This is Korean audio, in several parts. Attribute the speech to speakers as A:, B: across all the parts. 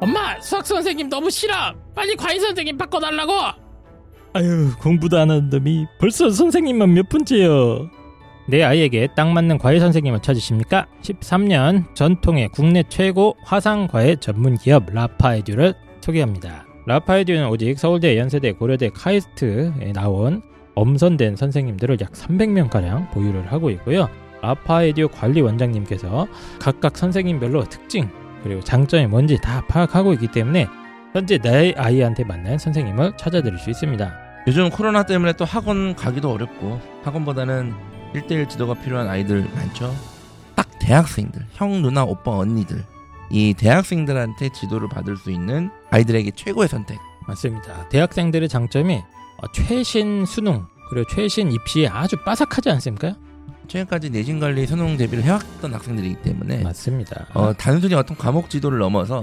A: 엄마 수학 선생님 너무 싫어 빨리 과외 선생님 바꿔달라고
B: 아유 공부도 안 하는 놈이 벌써 선생님만 몇 분째요 내 아이에게 딱 맞는 과외 선생님을 찾으십니까? 13년 전통의 국내 최고 화상 과외 전문 기업 라파에듀를 소개합니다. 라파에듀는 오직 서울대, 연세대, 고려대, 카이스트에 나온 엄선된 선생님들을 약 300명 가량 보유를 하고 있고요. 라파에듀 관리 원장님께서 각각 선생님별로 특징 그리고 장점이 뭔지 다 파악하고 있기 때문에 현재 내 아이한테 맞는 선생님을 찾아드릴 수 있습니다.
C: 요즘 코로나 때문에 또 학원 가기도 어렵고 학원보다는 1대1 지도가 필요한 아이들 많죠. 딱 대학생들, 형, 누나, 오빠, 언니들. 이 대학생들한테 지도를 받을 수 있는 아이들에게 최고의 선택.
B: 맞습니다. 대학생들의 장점이 어, 최신 수능 그리고 최신 입시에 아주 빠삭하지 않습니까?
C: 최근까지 내신관리 선호 대비를 해왔던 학생들이기
B: 네.
C: 때문에
B: 맞습니다.
C: 어, 단순히 어떤 과목 지도를 넘어서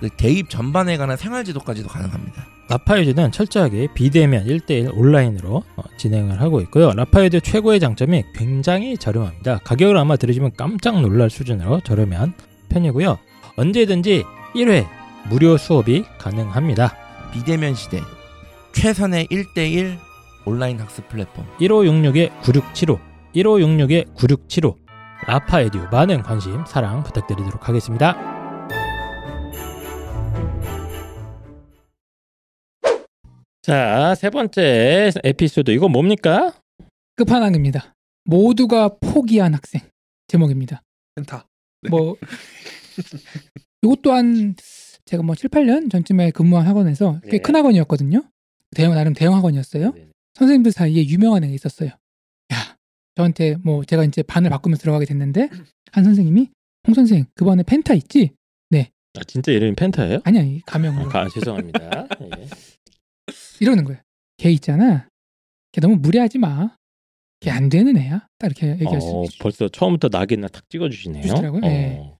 C: 그 대입 전반에 관한 생활 지도까지도 가능합니다.
B: 라파에듀는 철저하게 비대면 1대1 온라인으로 어, 진행을 하고 있고요. 라파에듀 최고의 장점이 굉장히 저렴합니다. 가격을 아마 들으시면 깜짝 놀랄 수준으로 저렴한 편이고요. 언제든지 1회 무료 수업이 가능합니다.
C: 비대면 시대 최선의 1대1 온라인 학습 플랫폼
B: 1566-9675 1566-9675 라파에듀 많은 관심 사랑 부탁드리도록 하겠습니다. 자, 세 번째 에피소드 이거 뭡니까?
D: 끝판왕입니다. 모두가 포기한 학생 제목입니다.
E: 센터.
B: 네.
D: 뭐 이것 또한 제가 뭐 7, 8년 전쯤에 근무한 학원에서 꽤
B: 네.
D: 큰 학원이었거든요. 대형 나름 대형 학원이었어요. 선생님들 사이에 유명한 애가 있었어요. 야, 저한테 뭐 제가 이제 반을 바꾸면서 들어가게 됐는데 한 선생님이 홍 선생 그 반에 펜타 있지?
B: 아, 진짜 이름이 펜타예요?
D: 아니야 이 가명으로
B: 아, 가- 죄송합니다. 예.
D: 이러는 거야. 걔 있잖아. 걔 너무 무리하지 마. 걔 안 되는 애야. 딱 이렇게 얘기할 수
B: 어,
D: 있죠.
B: 벌써 처음부터 낙인을 탁 찍어주시네요.
D: 주시더라고요.
B: 어.
D: 네.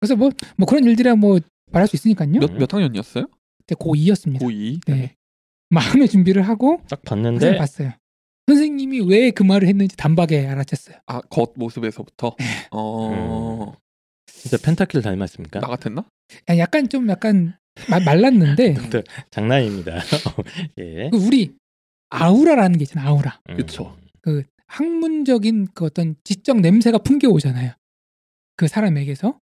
D: 그래서 뭐, 뭐 그런 일들이야 뭐 말할 수 있으니까요.
E: 몇, 몇 학년이었어요?
D: 그때 고2였습니다.
E: 고2.
D: 네. 마음의 준비를 하고
B: 딱
D: 선생님
B: 봤는데
D: 봤어요. 선생님이 왜 그 말을 했는지 단박에 알아챘어요.
E: 아, 겉모습에서부터?
B: 네.
E: 어,
B: 음. 진짜 펜타키를 닮았습니까?
E: 나 같았나?
D: 야, 약간 좀 약간 마- 말랐는데
B: 장난입니다. 예.
D: 그 우리 아우라라는 게 있잖아요. 아우라.
B: 음.
E: 그쵸.
D: 학문적인 그 어떤 지적 냄새가 풍겨오잖아요. 그 사람에게서.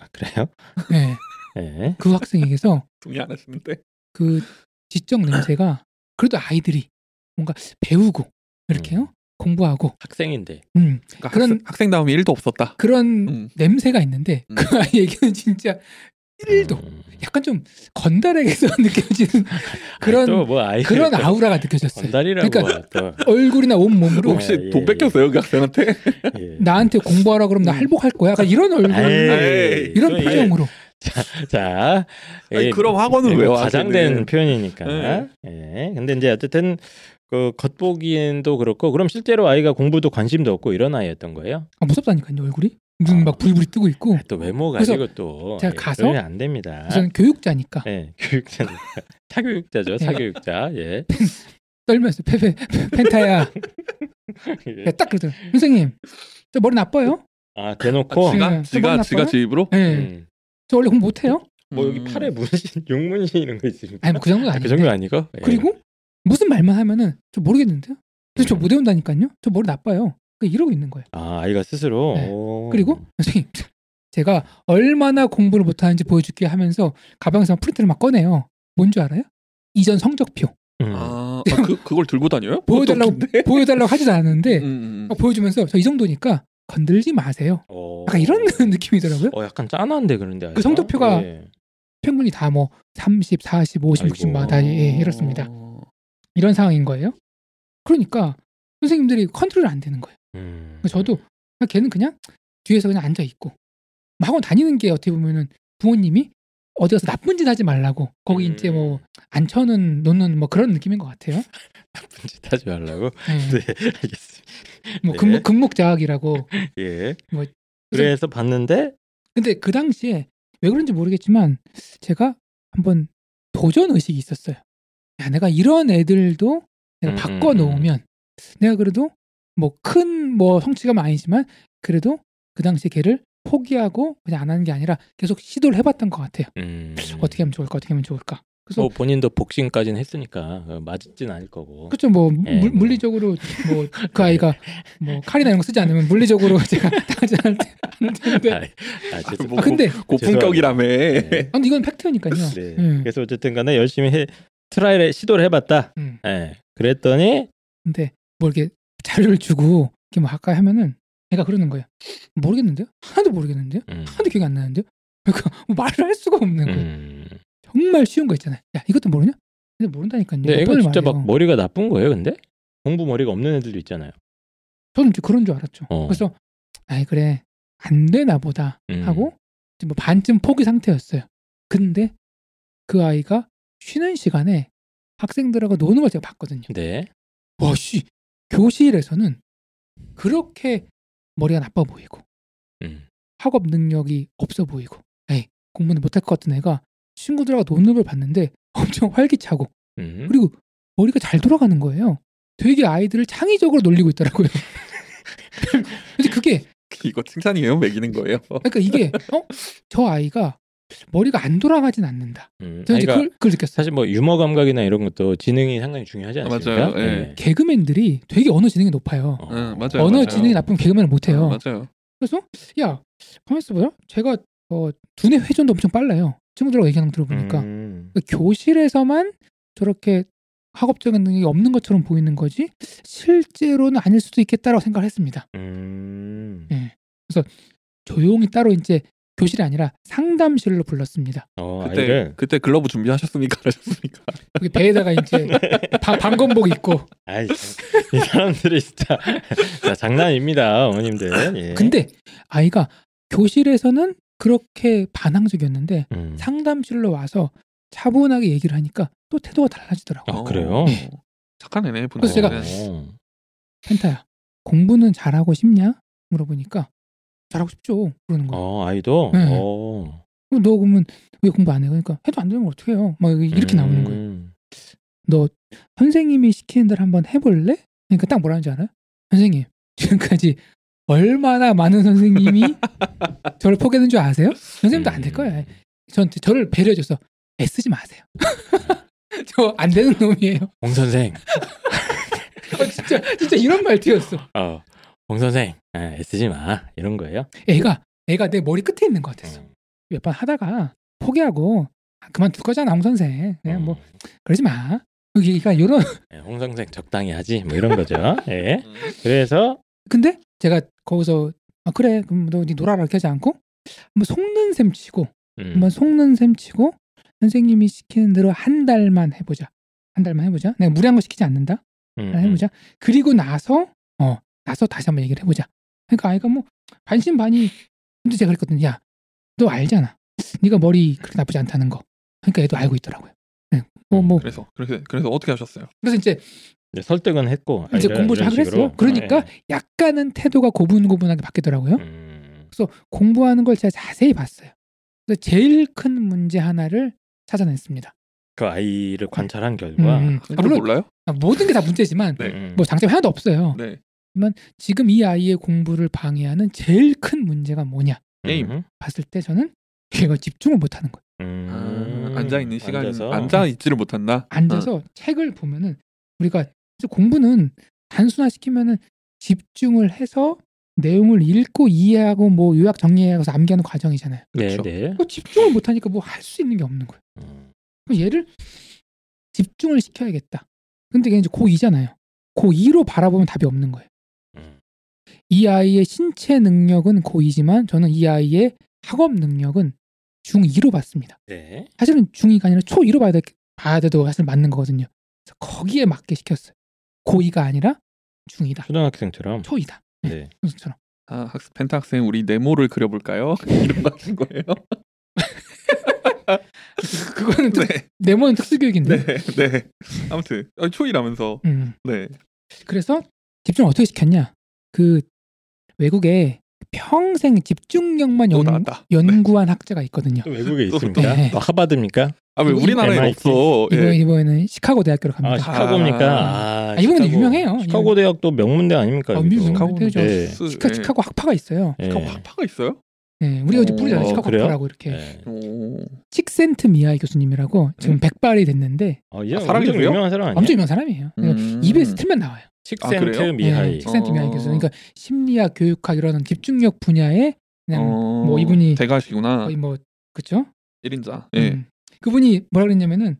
B: 아 그래요?
D: 네.
B: 예.
D: 그 학생에게서
E: 동의 안 했는데.
D: 그 지적 냄새가 그래도 아이들이 뭔가 배우고 이렇게요.
B: 음.
D: 공부하고
B: 학생인데
D: 음,
E: 그러니까
D: 그런-
E: 학생, 학생다움이 1도 없었다.
D: 그런
E: 음.
D: 냄새가 있는데
E: 음.
D: 그 아이에게는 진짜 1도
B: 음.
D: 약간 좀 건달에게서 느껴지는 그런
B: 아, 또뭐 아이
D: 그런 아우라가 느껴졌어요.
B: 건달이라고
D: 그러니까-
B: 또
D: 얼굴이나 온 몸으로
B: 네.
E: 혹시
B: 예, 예.
E: 돈 뺏겼어요? 그 학생한테?
B: 예.
D: 나한테 공부하라 그러면 나
E: 음.
D: 할복할 거야. 약간 이런 얼굴, 네.
B: 에이,
D: 이런
B: 또 이게-
D: 표정으로. 뭐-
B: 자,
E: 아니,
B: 예,
E: 그럼 학원은
B: 이거
E: 왜요?
B: 과장된
E: 학생은?
B: 표현이니까.
E: 네.
B: 예. 근데 이제 어쨌든 그 겉보기엔도 그렇고 그럼 실제로 아이가 공부도 관심도 없고 이런 아이였던 거예요?
D: 아, 무섭다니까요 얼굴이.
B: 아.
D: 눈 막 부리부리 뜨고 있고.
B: 또 외모
D: 그래서
B: 가지고 또
D: 제가
B: 예,
D: 가서
B: 그러면 안 됩니다.
D: 저는 교육자니까
B: 예, 교육자 사교육자죠,
D: 네.
B: 사교육자. 예.
D: 떨면서 페페 펜타야
B: 예.
D: 야, 딱 그러더라고. 요 선생님 저 머리 나빠요?
B: 아
E: 아,
B: 대놓고
E: 지가?
D: 네.
E: 지가,
D: 저번
E: 지가
D: 학번에?
E: 제 입으로?
D: 예.
B: 음,
D: 저 원래 공부 못해요?
B: 뭐 여기
E: 음.
B: 팔에 문신, 용문신 이런 거 있습니까?
D: 아니 뭐 그 정도 아니에요.
B: 그 정도 아니고. 예.
D: 그리고 무슨 말만 하면은 저 모르겠는데요.
B: 음.
D: 그래서 저 못 외운다니까요. 저 머리 나빠요. 그 이러고 있는 거예요.
B: 아 아이가 스스로.
D: 네.
B: 오.
D: 그리고 선생님 제가 얼마나 공부를 못하는지 보여줄게 하면서 가방에서 프린트를 막 꺼내요. 뭔 줄 알아요? 이전 성적표
B: 음.
E: 아, 아, 그, 그걸 들고 다녀요?
D: 보여달라고 뭐 네. 어, 보여달라고 하지도 않았는데
E: 음, 음, 음.
D: 막 보여주면서 저 이 정도니까 건들지 마세요.
B: 어.
D: 약간 이런 느낌이더라고요.
B: 어 약간 짠한데 그런데 아이가?
D: 성적표가-
B: 예.
D: 평균이 다 뭐 30, 40, 50, 60,
B: 아이고.
D: 마다 예, 이렇습니다.
E: 어,
D: 이런 상황인 거예요. 그러니까 선생님들이 컨트롤 안 되는 거예요.
B: 음.
D: 그러니까 저도 그냥 걔는 그냥 뒤에서 그냥 앉아 있고 학원 다니는 게 어떻게 보면은 부모님이 어디 가서 나쁜 짓 하지 말라고 거기
B: 음.
D: 이제 뭐 앉혀는 놓는 뭐 그런 느낌인 것 같아요.
B: 나쁜 짓 하지 음. 말라고.
D: 예.
B: 네, 알겠습니다.
D: 뭐
B: 네.
D: 금목 금목 자학이라고.
B: 예.
D: 뭐,
B: 그래서 봤는데
D: 근데 그 당시에 왜 그런지 모르겠지만 제가 한번 도전 의식이 있었어요. 야 내가 이런 애들도 내가
B: 음,
D: 바꿔 놓으면 내가 그래도 뭐 큰 뭐 성취감 은 아니지만 그래도 그 당시 에 걔를 포기하고 그냥 안 하는 게 아니라 계속 시도를 해봤던 것 같아요.
B: 음.
D: 어떻게 하면 좋을까? 어떻게 하면 좋을까? 그래서
B: 뭐 본인도 복싱까지는 했으니까 어, 맞진 않을 거고.
D: 그렇죠. 뭐
B: 예,
D: 물-
B: 뭐.
D: 물리적으로 뭐 그 아이가 뭐 칼이나 이런 거 쓰지 않으면 물리적으로 제가 당하지 않을 테- 않을 텐데.
B: 아, 아, 죄송-
E: 뭐,
D: 아 근데
E: 고품격이라며.
B: 네.
D: 아, 근데 이건 팩트니까요.
B: 네.
D: 음.
B: 그래서 어쨌든 간에 열심히 해, 트라이를 시도를 해봤다.
D: 음.
B: 예. 그랬더니
D: 근데 뭐 이렇게 자료를 주고 이렇게 뭐 할까 하면은 애가 그러는 거예요. 모르겠는데요? 하나도 모르겠는데요?
B: 음,
D: 하나도 기억이 안 나는데요? 그러니까 뭐 말을 할 수가 없는 거예요.
B: 음.
D: 정말 쉬운 거 있잖아요. 야 이것도 모르냐? 근데 모른다니까요.
B: 근데
D: 몇
B: 애가
D: 번을
B: 진짜
D: 말해요.
B: 막뭐 머리가 나쁜 거예요, 근데? 공부 머리가 없는 애들도 있잖아요.
D: 저는 이제 그런 줄 알았죠.
B: 어.
D: 그래서 아이 그래 안 되나 보다
B: 음.
D: 하고 이제 뭐 반쯤 포기 상태였어요. 근데 그 아이가 쉬는 시간에 학생들하고 노는 걸 제가 봤거든요.
B: 네.
D: 와씨 교실에서는 그렇게 머리가 나빠 보이고
B: 음.
D: 학업 능력이 없어 보이고 에이 공부는 못할 것 같은 애가 친구들하고 노는 걸 봤는데 엄청 활기차고
B: 음.
D: 그리고 머리가 잘 돌아가는 거예요. 되게 아이들을 창의적으로 놀리고 있더라고요. 근데 그게
E: 이거 칭찬이에요? 매기는 거예요?
D: 그러니까 이게 어 저 아이가 머리가 안 돌아가진 않는다.
B: 음.
D: 저는 이제
B: 아이가
D: 그걸, 그걸 느꼈어요.
B: 사실 뭐 유머 감각이나 이런 것도 지능이 상당히 중요하지 않습니까?
E: 맞아요, 예. 음.
B: 예.
D: 개그맨들이 되게 언어 지능이 높아요.
B: 어.
E: 응, 맞아요.
D: 언어
E: 맞아요.
D: 지능이 나쁘면 개그맨을 못해요.
E: 아, 맞아요.
D: 그래서 야 가만 있어봐요. 제가 어, 두뇌 회전도 엄청 빨라요. 친구들하고 얘기하는 거 들어보니까
B: 음.
D: 그 교실에서만 저렇게 학업적인 능력이 없는 것처럼 보이는 거지 실제로는 아닐 수도 있겠다라고 생각을 했습니다. 예.
B: 음.
D: 조용히 따로 이제 교실이 아니라 상담실로 불렀습니다.
B: 어,
E: 그때
B: 아이를
E: 그때 글러브 준비하셨습니까? 하셨습니까?
D: 여기 배에다가 이제 바- 방검복 입고
B: 아이 참, 이 사람들이 진짜 자, 장난입니다, 어머님들. 예.
D: 근데 아이가 교실에서는 그렇게 반항적이었는데
B: 음.
D: 상담실로 와서 차분하게 얘기를 하니까 또 태도가 달라지더라고요.
B: 아, 그래요?
E: 착한 어. 애네 분이.
D: 네. 그래서 제가-
B: 어.
D: 펜타야 공부는 잘하고 싶냐? 물어보니까 잘하고 싶죠. 그러는 거예요.
B: 어, 아이도.
D: 네.
B: 어.
D: 그럼 너 그러면 왜 공부 안 해? 그러니까 해도 안 되는 걸 어떻게 해요? 막 이렇게 나오는 거예요.
B: 음.
D: 너 선생님이 시키는 대로 한번 해볼래? 그러니까 딱 뭐라는지 알아요? 선생님 지금까지 얼마나 많은 선생님이 저를 포기했는 줄 아세요? 선생님도
B: 음.
D: 안 될 거예요. 저한테 저를 배려해줘서 애쓰지 마세요. 저 안 되는 놈이에요.
B: 홍 선생.
D: 어, 진짜 진짜 이런 말투였어.
B: 어. 홍 선생. 아, 애쓰지 마. 이런 거예요.
D: 애가 애가 내 머리 끝에 있는 것 같았어.
B: 음.
D: 몇 번 하다가 포기하고 아, 그만둘 거잖아, 홍 선생. 그냥
B: 음.
D: 뭐 그러지 마. 그러니까 이런
B: 어. 예, 홍 선생 적당히 하지. 뭐 이런 거죠. 예.
E: 음.
B: 그래서
D: 근데 제가 거기서 아 그래 그럼 너니 놀아라 이렇게 하지 않고 한번 속는 셈 치고
B: 음.
D: 한번 속는 셈 치고 선생님이 시키는 대로 한 달만 해보자 한 달만 해보자 내가 무리한 거 시키지 않는다
B: 음,
D: 그냥 아, 해보자 그리고 나서 어 나서 다시 한번 얘기를 해보자 그러니까 아이가 뭐 반신반의 근데 제가 그랬거든요 야 너 알잖아 네가 머리 그렇게 나쁘지 않다는 거 그러니까 얘도 알고 있더라고요 네. 뭐, 뭐
E: 그래서 그래서 그래서 어떻게 하셨어요?
D: 그래서 이제
B: 음. 설득은 했고
D: 이제
B: 아이를
D: 공부를
B: 이런
D: 하기로
B: 식으로.
D: 했어요 그러니까 약간은 태도가 고분고분하게 바뀌더라고요
B: 예. 음.
D: 그래서 공부하는 걸 제가 자세히 봤어요. 그래서 제일 큰 문제 하나를 찾아냈습니다.
B: 그 아이를 관찰한 결과
D: 음, 음. 아,
E: 그걸
D: 물론
E: 몰라요?
D: 아, 모든 게 다 문제지만
E: 네.
B: 음.
D: 뭐 장점 이 하나도 없어요.
E: 네.
D: 지금 이 아이의 공부를 방해하는 제일 큰 문제가 뭐냐?
E: 게임.
B: 음.
D: 봤을 때 저는 걔가 집중을 못하는 거예요.
B: 음.
E: 앉아 있는 시간
B: 앉아서.
E: 앉아 있지를 못한다.
D: 앉아서 책을 보면은 우리가 이제 공부는 단순화 시키면은 집중을 해서 내용을 읽고 이해하고 뭐 요약 정리하고 해서 암기하는 과정이잖아요.
B: 네,
E: 그렇죠.
B: 네.
D: 그 집중을 못하니까 뭐 할 수 있는 게 없는 거예요.
B: 음.
D: 그럼 얘를 집중을 시켜야겠다. 근데 이게 이제 고2잖아요. 고2로 바라보면 답이 없는 거예요.
B: 음.
D: 이 아이의 신체 능력은 고2지만 저는 이 아이의 학업 능력은 중2로 봤습니다.
B: 네.
D: 사실은 중2가 아니라 초2로 봐야, 돼, 봐야 돼도 사실 맞는 거거든요. 그래서 거기에 맞게 시켰어요. 고2가 아니라 중2다.
B: 초등학생처럼.
D: 초2다.
B: 네.
D: 선수처럼.
E: 아, 학습 펜타 학생 우리 네모를 그려볼까요? 이런 거 하신 거예요?
D: 그거는 특-
E: 네,
D: 네모는 특수교육인데.
E: 네, 네. 아무튼 어, 초이라면서
D: 음.
E: 네.
D: 그래서 집중을 어떻게 시켰냐? 그 외국에 평생 집중력만
E: 또
D: 연,
E: 나왔다.
D: 연구한 학자가 있거든요.
B: 또 외국에
E: 또-
B: 있습니까?
D: 네.
B: 또 하바드입니까?
E: 아 왜
D: 이거
E: 우리나라에
B: MIT?
E: 없어?
D: 이번에
E: 예.
D: 이번에는 시카고 대학교로
B: 아,
D: 갑니다.
B: 시카고입니까?
D: 아,
B: 아,
D: 이건 근데
B: 시카고.
D: 유명해요.
B: 시카고 대학도 명문대 아닙니까?
D: 아,
B: 여기도?
D: 유명해요.
E: 카카오
D: 대죠. 네. 아,
B: 네.
E: 뉴스,
D: 시카
E: 예.
D: 시카고 학파가 있어요.
B: 예.
E: 카카오 화파가 있어요?
D: 네, 우리가 이제
E: 오,
D: 부르잖아요.
B: 어,
D: 시카고퍼라고 이렇게.
B: 네.
E: 오.
D: 칙센트 미아이 교수님이라고 지금
E: 음.
D: 백발이 됐는데
B: 어, 이
E: 아,
B: 사람
E: 사람이
B: 엄청
E: 그래요?
B: 유명한 사람 아니야?
D: 엄청 유명한 사람이에요. 그러니까
E: 음.
D: 입에서 틀면 나와요.
E: 아,
B: 식센트
E: 그래요?
B: 미하이.
D: 네, 칙센트 미아이
E: 어.
D: 교수. 그러니까 심리학, 교육학 이런 집중력 분야에 그냥
E: 어,
D: 뭐 이분이-
E: 대가시구나.
D: 거의 뭐 그렇죠?
E: 일인자 예.
D: 음. 그분이 뭐라 그랬냐면은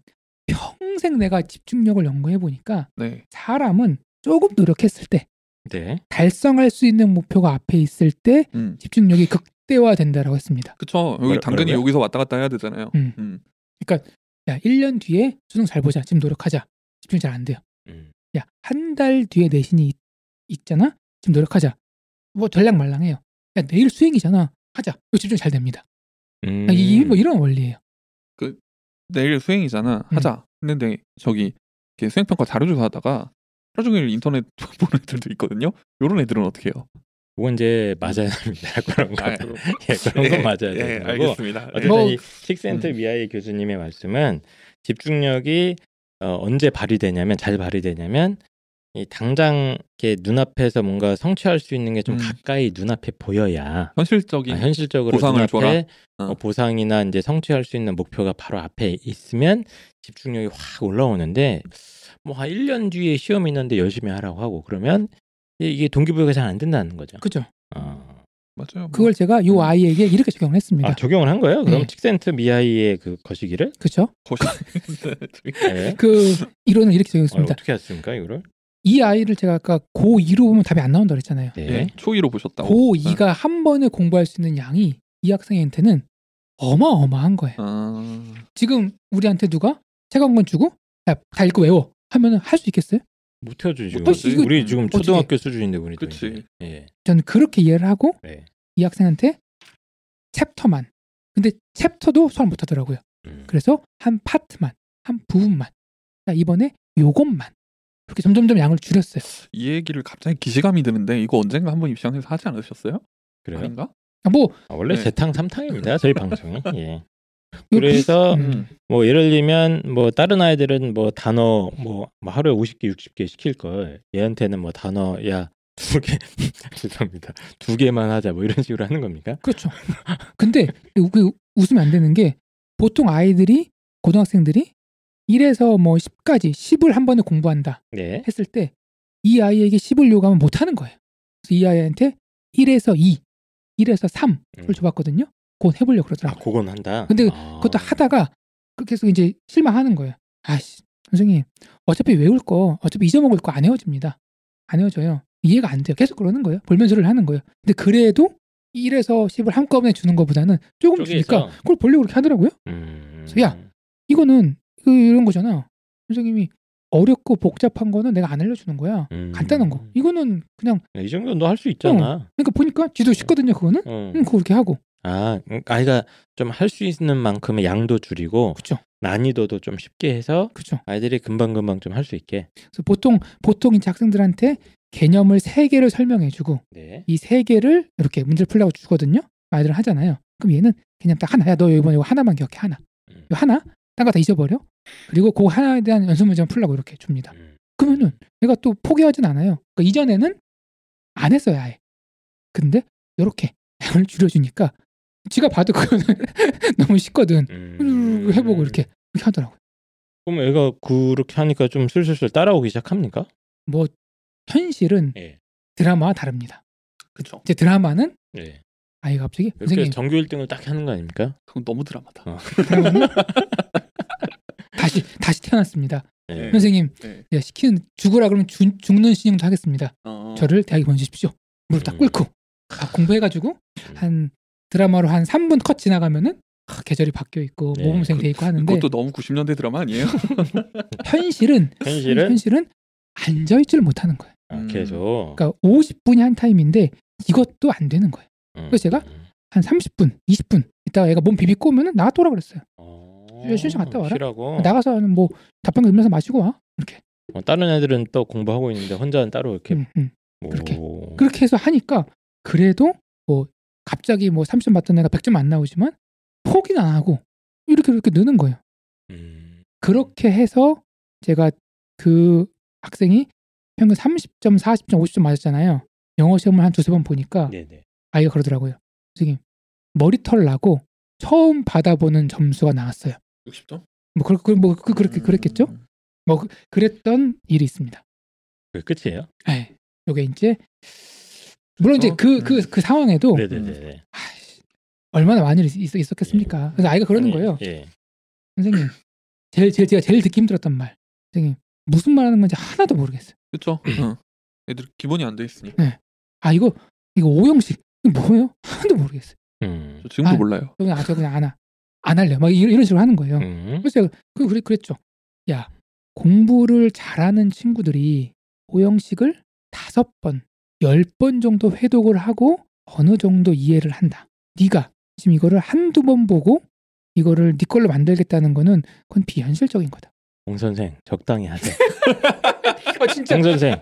D: 평생 내가 집중력을 연구해 보니까
E: 네.
D: 사람은 조금 노력했을 때
B: 네.
D: 달성할 수 있는 목표가 앞에 있을 때
E: 음.
D: 집중력이 극대화된다라고 했습니다.
E: 그쵸. 여기
B: 뭐라-
E: 당근이
B: 뭐라고요?
E: 여기서 왔다 갔다 해야 되잖아요.
D: 음.
E: 음.
D: 야, 1년 뒤에 수능 잘 보자. 지금 노력하자. 집중 이 잘 안 돼요.
B: 음.
D: 야, 한 달 뒤에 내신이 있- 있잖아. 지금 노력하자. 뭐 전략 말랑해요. 야, 내일 수행이잖아. 하자. 이거 집중 잘 됩니다.
B: 음.
D: 아, 이게 뭐 이런 원리예요.
E: 내일 수행이잖아.
D: 음.
E: 하자. 했는데 저기 이렇게 수행평가 자료조사 하다가 하루 종일 인터넷 보는 애들도 있거든요. 요런 애들은 어떻게 해요?
B: 그건 이제 맞아야 됩니다. 그런 거.
E: 아,
B: 예, 그런 건 맞아야
E: 예,
B: 되는 거고.
E: 알겠습니다. 음. 예.
B: 어쨌든
D: 뭐-
B: 이 식센트 미아이 교수님의 말씀은 집중력이 어, 언제 발휘되냐면 잘 발휘되냐면 이 당장 이렇게 눈앞에서 뭔가 성취할 수 있는 게 좀
E: 음.
B: 가까이 눈앞에 보여야
E: 현실적인
B: 아, 현실적으로
E: 보상을
B: 눈앞에
E: 줘라.
B: 어,
E: 어.
B: 보상이나 이제 성취할 수 있는 목표가 바로 앞에 있으면 집중력이 확 올라오는데 뭐 한 1년 뒤에 시험이 있는데 열심히 하라고 하고 그러면 이- 이게 동기부여가 잘 안 된다는 거죠.
D: 그죠?
B: 어.
E: 맞아요. 뭐.
D: 그걸 제가 요 아이에게 이렇게 적용을 했습니다.
B: 아, 적용을 한 거예요?
D: 네.
B: 그럼 식센트 미아이의 그 거시기를?
D: 그죠?
E: 거시... 저기-
B: 네.
D: 그 이론을 이렇게
B: 어,
D: 적용했습니다.
B: 어떻게 했습니까 이거를?
D: 이 아이를 제가 아까 고2로 보면 답이 안 나온다 그랬잖아요.
B: 네.
E: 예. 초이로 보셨다고.
B: 어.
D: 고2가 한 번에 공부할 수 있는 양이 이 학생한테는 어마어마한 거예요.
E: 아.
D: 지금 우리한테 누가 책 한 권 주고 야, 다 읽고 외워 하면은 할 수 있겠어요?
B: 못 해줘 지금.
E: 못 하지.
B: 우리 지금
D: 어떻게-
B: 초등학교 수준인데 우리도.
E: 그치.
B: 이제. 예.
D: 저는 그렇게 이해를 하고
B: 네.
D: 이 학생한테 챕터만 근데 챕터도 소화 못하더라고요.
B: 음.
D: 그래서 한 파트만 한 부분만 자, 이번에 요것만 그렇게 점점점 양을 줄였어요.
E: 이 얘기를 갑자기 기시감이 드는데 이거 언젠가 한번 입시장에서 하지 않으셨어요?
B: 그래요.
E: 아닌가?
D: 아, 뭐
B: 아, 원래
E: 네.
B: 재탕 삼탕입니다 저희 방송이. 예.
D: 요-
B: 그래서
D: 음.
B: 뭐 예를 들면 뭐 다른 아이들은 뭐 단어 뭐, 뭐 하루에 50개 60개 시킬 걸 얘한테는 뭐 단어 야두 개. 죄송합니다. 두 개만 하자 뭐 이런 식으로 하는 겁니까?
D: 그렇죠. 근데 그- 그 웃으면 안 되는 게 보통 아이들이 고등학생들이 1에서 뭐 10까지 10을 한 번에 공부한다
B: 네.
D: 했을 때 이 아이에게 10을 요구하면 못 하는 거예요. 그래서 이 아이한테 1에서 2, 1에서 3을
B: 음.
D: 줘봤거든요. 그건
B: 아
D: 해보려고 그러더라고요.
B: 그건 한다.
D: 근데
B: 아.
D: 그것도 하다가 그- 계속 이제 실망하는 거예요. 아씨 선생님 어차피 외울 거 어차피 잊어먹을 거 안 헤어집니다. 안 헤어져요. 이해가 안 돼요. 계속 그러는 거예요. 볼면소리를 하는 거예요. 근데 그래도 1에서 10을 한꺼번에 주는 것보다는 조금 주니까
B: 쪼개서.
D: 그걸 보려고 그렇게 하더라고요.
B: 음.
D: 야, 이거는 그- 이런 거잖아. 선생님이 어렵고 복잡한 거는 내가 안 알려주는 거야.
B: 음.
D: 간단한 거. 이거는 그냥
B: 야, 이 정도는 너 할 수 있잖아.
D: 그러니까 보니까 지도 쉽거든요. 그거는.
B: 어.
D: 음, 그거 그렇게 하고.
B: 아, 음, 아이가 좀 할 수 있는 만큼의 양도 줄이고
D: 그쵸.
B: 난이도도 좀 쉽게 해서
D: 그죠.
B: 아이들이 금방금방 좀 할 수 있게.
D: 그래서 보통 보통 이제 학생들한테 개념을 세 개를 설명해주고
B: 네.
D: 이 세 개를 이렇게 문제를 풀라고 주거든요. 아이들은 하잖아요. 그럼 얘는 그냥 딱 하나야. 너 이번에 이거 하나만 기억해 하나.
B: 음.
D: 이거 하나. 딴 거 다 잊어버려. 그리고 그 하나에 대한 연습 문제만 풀라고 이렇게 줍니다.
B: 음.
D: 그러면은 얘가 또 포기하진 않아요. 그러니까 이전에는 안 했어요 아예. 근데 이렇게 양을 줄여주니까 지가 봐도 그거는 너무 쉽거든.
B: 음.
D: 후루룩 해보고 이렇게 이렇게 하더라고요.
B: 그럼 애가 그렇게 하니까 좀 슬슬슬 따라오기 시작합니까?
D: 뭐 현실은
B: 예.
D: 드라마와 다릅니다.
E: 그쵸.
D: 이제 드라마는
B: 네.
D: 아이가 갑자기
B: 이렇게
D: 선생님
B: 전교 1등을 딱 하는 거 아닙니까?
E: 그건 너무 드라마다.
B: 어.
D: 드라마는 다시 다시 태어났습니다.
B: 네.
D: 선생님
E: 네.
D: 내가 시키는 죽으라 그러면 죽- 죽는 신용도 하겠습니다.
E: 어.
D: 저를 대학에 보내주십시오. 무릎 다
B: 음.
D: 꿇고 다 공부해가지고 한 드라마로 한 3분 컷 지나가면은 아, 계절이 바뀌어 있고
B: 네,
D: 모범생 돼 있고 하는데
E: 그것도 너무 90년대 드라마 아니에요?
D: 현실은
B: 현실은
D: 현실은 앉아있지를 못하는 거예요.
B: 아, 계속.
D: 그러니까 50분이 한 타임인데 이것도 안 되는 거예요.
B: 음.
D: 그래서 제가-
B: 음.
D: 한 30분, 20분 있다가 애가 몸 비비고 오면은 나갔다 오라 그랬어요.
B: 어.
D: 휴게실 좀 갔다 와라.
B: 쉬라고.
D: 나가서는 뭐 답변 들면서 마시고 와 이렇게.
B: 어, 다른 애들은 또 공부하고 있는데 혼자는 따로 이렇게.
D: 음, 음. 그렇게.
B: 오.
D: 그렇게 해서 하니까 그래도 뭐 갑자기 뭐 30점 받던 애가 100점 안 나오지만 포기는 안 하고 이렇게 이렇게 느는 거예요.
B: 음.
D: 그렇게 해서 제가 그 학생이 평균 30점, 40점, 50점 맞았잖아요. 영어 시험을 한 두세 번 보니까
B: 네네.
D: 아이가 그러더라고요. 선생님, 머리털 나고 처음 받아보는 점수가 나왔어요.
E: 60점?
D: 뭐 그렇게 뭐 그-
E: 음.
D: 그렇게 그랬겠죠? 뭐 그- 그랬던 일이 있습니다.
B: 그게 끝이에요?
D: 예. 요게 이제 물론 이제
E: 그래서,
D: 그 그
E: 음.
D: 그 상황에도
B: 네네네.
D: 아이씨, 얼마나 많이 있, 있- 있었겠습니까? 그래서 아이가 그러는 거예요.
B: 예.
D: 선생님, 제일 제일 제가 제일 듣기 힘들었던 말. 선생님 무슨 말하는 건지 하나도 모르겠어요.
E: 그쵸? 응. 애들 기본이 안 돼 있으니.
D: 아 이거 이거 오형식 이거 뭐예요? 하나도 모르겠어요.
B: 음.
E: 저 지금도
D: 아.
E: 몰라요.
D: 그냥 아저 그냥 안 하, 안 할래. 막 이런, 이런 식으로 하는 거예요.
B: 음.
D: 그래서 제가 그 그래, 그랬죠. 야 공부를 잘하는 친구들이 오형식을 다섯 번, 열 번 정도 회독을 하고 어느 정도 이해를 한다. 네가 지금 이거를 한두 번 보고 이거를 네 걸로 만들겠다는 거는 그건 비현실적인 거다.
B: 공 선생 적당히 하세요.
D: 아 진짜
B: 공 선생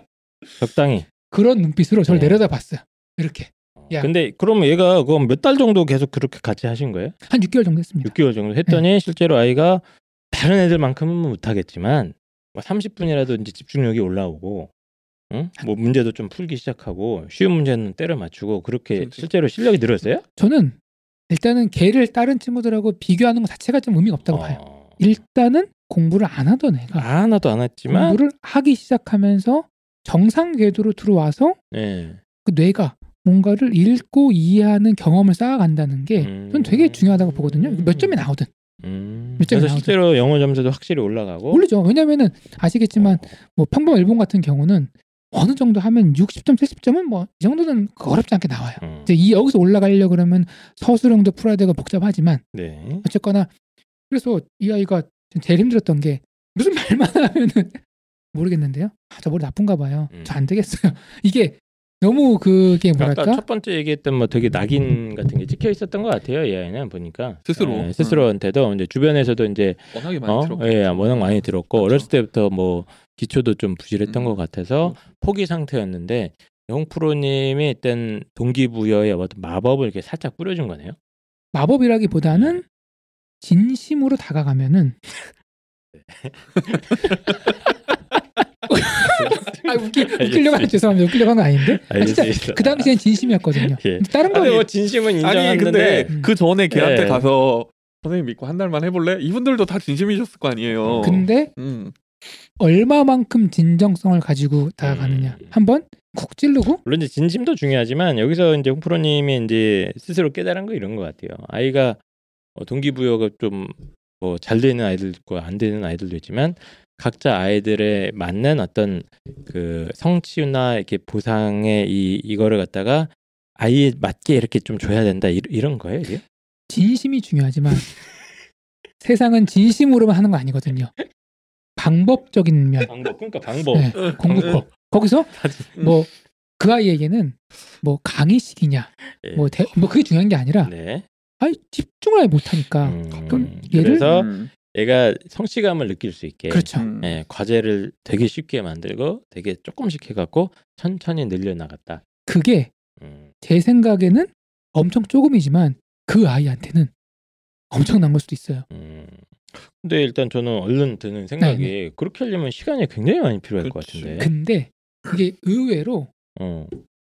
B: 적당히.
D: 그런 눈빛으로 저를
B: 네.
D: 내려다봤어요. 이렇게 야.
B: 근데 그럼 얘가 그럼 몇 달 정도 계속 그렇게 같이 하신 거예요?
D: 한 6개월 정도 했습니다.
B: 6개월 정도 했더니
D: 예.
B: 실제로 아이가 다른 애들만큼은 못하겠지만 뭐 30분이라도 이제 집중력이 올라오고 응? 뭐 문제도 좀 풀기 시작하고 쉬운 문제는 때려 맞추고 그렇게
E: 그렇지.
B: 실제로 실력이 늘었어요?
D: 저는 일단은 걔를 다른 친구들하고 비교하는 것 자체가 좀 의미가 없다고 봐요.
B: 어. 일단
D: 일단은 음, 공부를 안 하던 애가
B: 하나도 안 했지만
D: 공부를 하기 시작하면서 정상 궤도로 들어와서
B: 예.
D: 그 뇌가 뭔가를 읽고 이해하는 경험을 쌓아간다는 게 저는
B: 음.
D: 예. 되게 중요하다고 보거든요. 몇 점이 나오든
B: 음.
D: 밑장이
B: 그래서
D: 나오죠.
B: 실제로 영어 어. 점수도 확실히 올라가고
D: 모르죠. 왜냐면은 아시겠지만 뭐 평범 일본 같은 경우는 어느 정도 하면 60점, 70점은 뭐 이 정도는 그 어렵지 않게 나와요.
B: 음.
D: 이제 이 여기서 올라가려 그러면 서술형도 풀어야 되고 복잡하지만
B: 네.
D: 어쨌거나 그래서 이 아이가 지금 제일 힘들었던 게 무슨 말만 하면은 모르겠는데요. 아, 저 머리 나쁜가 봐요.
B: 음.
D: 저 안 되겠어요. 이게 너무 그게
B: 아까
D: 뭐랄까?
B: 그러니까 첫 번째 얘기했던 뭐 되게 낙인 같은 게 찍혀 있었던 것 같아요 이 아이는 보니까
E: 스스로.
B: 예, 스스로한테도 이제 주변에서도 이제
E: 워낙에 많이
B: 어?
E: 들어.
B: 예, 워낙 많이 들었고
E: 그렇죠.
B: 어렸을 때부터 뭐 기초도 좀 부실했던
E: 음.
B: 것 같아서 포기 상태였는데 홍프로님이 일단 동기부여의 어떤 마법을 이렇게 살짝 뿌려준 거네요.
D: 마법이라기보다는 진심으로 다가가면은 아 웃기 웃기려고 한 죄송합니다. 웃기려고 한 거 아닌데 아, 진짜
B: 알겠습니다.
D: 그 당시엔 진심이었거든요.
B: 예.
D: 근데 다른 거
B: 아니 뭐 진심은
E: 아니 근데
B: 인정하는데
D: 음.
E: 그 전에 걔한테
B: 예.
E: 가서 선생님 믿고 한 달만 해볼래? 이분들도 다 진심이셨을 거 아니에요.
D: 근데
E: 음.
D: 얼마만큼 진정성을 가지고 다가가느냐
B: 음.
D: 한번 쿡 찌르고
B: 물론 이제 진심도 중요하지만 여기서 이제 홍프로님이 이제 스스로 깨달은 거 이런 것 같아요. 아이가 어, 동기부여가 좀 뭐 잘 되는 아이들과 안 되는 아이들도 있지만 각자 아이들에 맞는 어떤 그 성취나 이렇게 보상의 이 이거를 갖다가 아이에 맞게 이렇게 좀 줘야 된다 이, 런 거예요. 이게?
D: 진심이 중요하지만 세상은 진심으로만 하는 거 아니거든요. 방법적인 면
B: 방법 그러니까 방법.
D: 네. 공부법 거기서 뭐 그 아이에게는 뭐 강의식이냐
B: 예.
D: 뭐, 대, 뭐 그게 중요한 게 아니라
B: 네.
D: 아니 집중을 아예 못하니까
B: 음,
D: 그럼 얘를-
B: 그래서
E: 음.
B: 얘가 성취감을 느낄 수 있게
D: 그렇죠.
E: 음.
B: 어? 예, 과제를 되게 쉽게 만들고 되게 조금씩 해갖고 천천히 늘려나갔다.
D: 그게
B: 음,
D: 제 생각에는 엄청 조금이지만 그 아이한테는 엄청난 걸 수도 있어요.
B: 음. 근데 일단 저는 얼른 드는 생각이
D: 네, 그렇죠.
B: 그렇게 하려면 시간이 굉장히 많이 필요할 것
E: 그치.
B: 같은데.
D: 근데 그게 의외로
B: 어,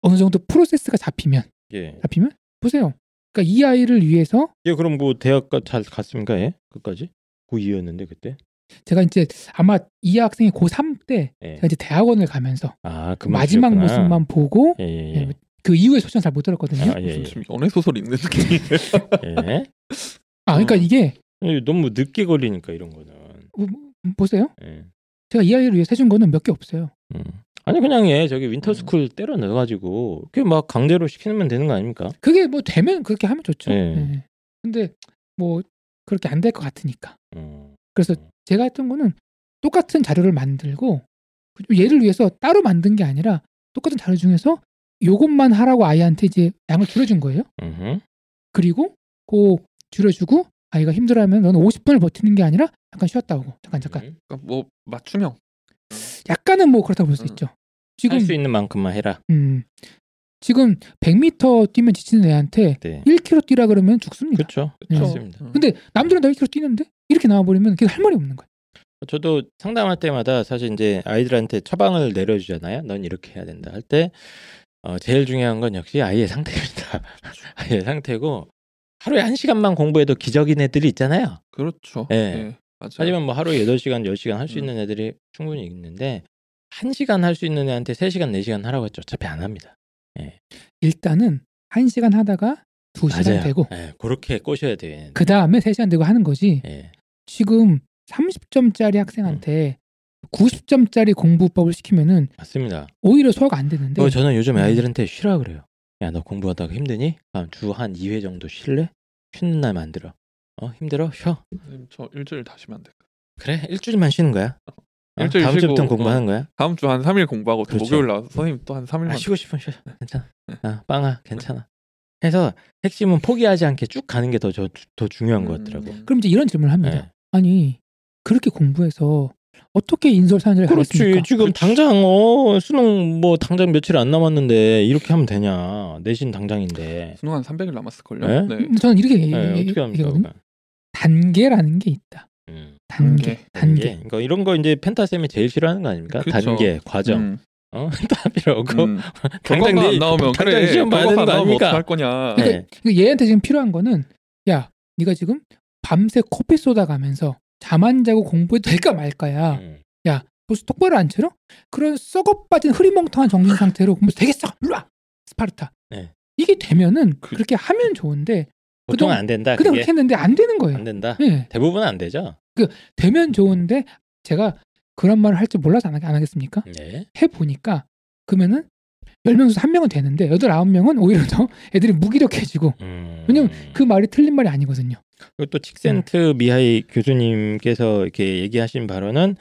D: 어느 정도 프로세스가 잡히면
B: 예.
D: 잡히면 보세요. 그러니까 이 아이를 위해서
B: 예, 그럼 뭐 대학 가- 잘 갔습니까? 예? 끝까지? 고2였는데 그때.
D: 제가 이제 아마 이 학생이 고3 때
B: 예.
D: 제가 이제 대학원을 가면서
B: 아, 그
D: 마지막 모습만 보고
B: 예, 예, 예.
D: 그 이후에 소천 잘 못 들었거든요.
B: 아, 예,
E: 무슨
B: 예.
E: 지금 연애 소설 읽는 느낌.
B: 예.
D: 아 그러니까
E: 어.
D: 이게
B: 예, 너무 늦게 걸리니까 이런 거는.
D: 뭐- 보세요.
B: 예.
D: 제가 이 아이를 위해서 해준 거는 몇 개 없어요.
B: 음. 아니 그냥 얘 저기
D: 음.
B: 윈터스쿨 때려 넣어가지고 그게 막 강제로 시키면 되는 거 아닙니까?
D: 그게 뭐 되면 그렇게 하면 좋죠.
B: 예.
D: 예. 근데 뭐 그렇게 안 될 것 같으니까.
B: 음.
D: 그래서 제가 했던 거는 똑같은 자료를 만들고 그 얘를 위해서 따로 만든 게 아니라 똑같은 자료 중에서 요것만 하라고 아이한테 이제 양을 줄여준 거예요.
B: 음흠.
D: 그리고 그 줄여주고 아이가 힘들어하면 너는 50분을 버티는 게 아니라 잠깐 쉬었다 오고 잠깐 잠깐
B: 음.
E: 그러니까 뭐 맞춤형.
D: 약간은 뭐 그렇다고 볼 수
E: 음.
D: 있죠.
B: 할
D: 지금
B: 수 있는 만큼만 해라.
D: 음 지금 100m 뛰면 지치는 애한테
B: 네.
D: 1km 뛰라 그러면 죽습니다.
B: 그렇죠.
D: 예.
B: 맞습니다.
E: 음.
D: 근데 남들은 다 1km 뛰는데 이렇게 나와버리면 그게 할 말이 없는 거예요.
B: 저도 상담할 때마다 사실 이제 아이들한테 처방을 내려주잖아요. 넌 이렇게 해야 된다 어, 할 때 제일 중요한 건 역시 아이의 상태입니다. 아이의 상태고 하루에 한 시간만 공부해도 기적인 애들이 있잖아요.
E: 그렇죠.
B: 예.
E: 예, 맞아요.
B: 하지만 뭐 하루에 8시간, 10시간 할 수
E: 음.
B: 있는 애들이 충분히 있는데 1시간 할 수 있는 애한테 3시간, 4시간 하라고 했죠. 어차피 안 합니다.
D: 일단은 한 시간 하다가 두 시간
B: 맞아요.
D: 되고
B: 예, 그렇게 꼬셔야 돼.
D: 그 다음에 세 시간 되고 하는 거지.
B: 예.
D: 지금 30점짜리
B: 음.
D: 학생한테 90점짜리 공부법을 시키면은
B: 맞습니다.
D: 오히려 소화가 안 되는데
B: 어, 저는 요즘 아이들한테 쉬라 그래요. 야, 너 공부하다가 힘드니? 주 한 2회 정도 쉴래? 쉬는 날 만들어. 어, 힘들어? 쉬어.
E: 선생님, 저 일주일 다시면 안 돼요.
B: 그래, 일주일만 쉬는 거야. 어,
E: 일주일
B: 다음 주부터
E: 쉬고,
B: 공부하는 거야.
E: 다음 주 한 3일 공부하고 또
B: 그렇죠.
E: 목요일 나와서 선생님 또 한 3일만
B: 아, 쉬고 싶으면 쉬어. 괜찮아. 아, 빵아, 괜찮아. 해서 핵심은 포기하지 않게 쭉 가는 게 더 더 중요한 것 같더라고.
E: 음.
D: 그럼 이제 이런 질문을 합니다.
B: 예.
D: 아니 그렇게 공부해서 어떻게 인솔 사는지를
B: 그렇지 그러니까
D: 알았습니까?
B: 지금 당장 어 수능 뭐 당장 며칠 안 남았는데 이렇게 하면 되냐 내신 당장인데
E: 수능 한 300일 남았을걸요.
B: 예?
E: 네.
D: 근데 음, 저는 이렇게
B: 예,
D: 얘기,
B: 어떻게 합니까
D: 얘기하거든요.
B: 그러니까?
D: 단계라는 게 있다.
B: 음,
D: 단계,
E: 단계.
B: 단계
D: 단계.
B: 그러니까 이런 거 이제 펜타 쌤이 제일 싫어하는 거 아닙니까
E: 그쵸.
B: 단계 과정 어?
E: 음,
B: 다 필요 없고
E: 음.
B: 당장
E: 결과가 안
B: 내일
E: 나오면
B: 당장
E: 그래
B: 시험 봐야
E: 결과가
B: 되는
E: 안
B: 거
E: 나오면
B: 아닙니까?
E: 어떡할 거냐.
B: 예.
D: 그러니까 얘한테 지금 필요한 거는 야 네가 지금 밤새 커피 쏟아 가면서 잠 안 자고 공부해도 될까 말까야.
B: 음.
D: 벌써 똑바로 안 차려? 그런 썩어 빠진 흐리멍텅한 정신 상태로 공부 되겠어. 일로 와. 스파르타.
B: 네.
D: 이게 되면은
E: 그-
D: 그, 렇게 하면 좋은데
B: 보통
D: 그동안-
B: 안 된다
D: 그냥
B: 아, 그게
D: 그렇게 했는데 안 되는 거예요.
B: 안 된다
D: 예.
B: 대부분 안 되죠
D: 되면 좋은데 제가 그런 말을 할 줄 몰라서 안, 하- 안 하겠습니까?
B: 네
D: 해 보니까 그러면은 10명 중 1명은 되는데 8, 9명은 오히려 더 애들이 무기력해지고
B: 음.
D: 왜냐면 그 말이 틀린 말이 아니거든요.
B: 그리고 또
E: 음.
B: 칙센트 미하이 교수님께서 이렇게 얘기하신 바로는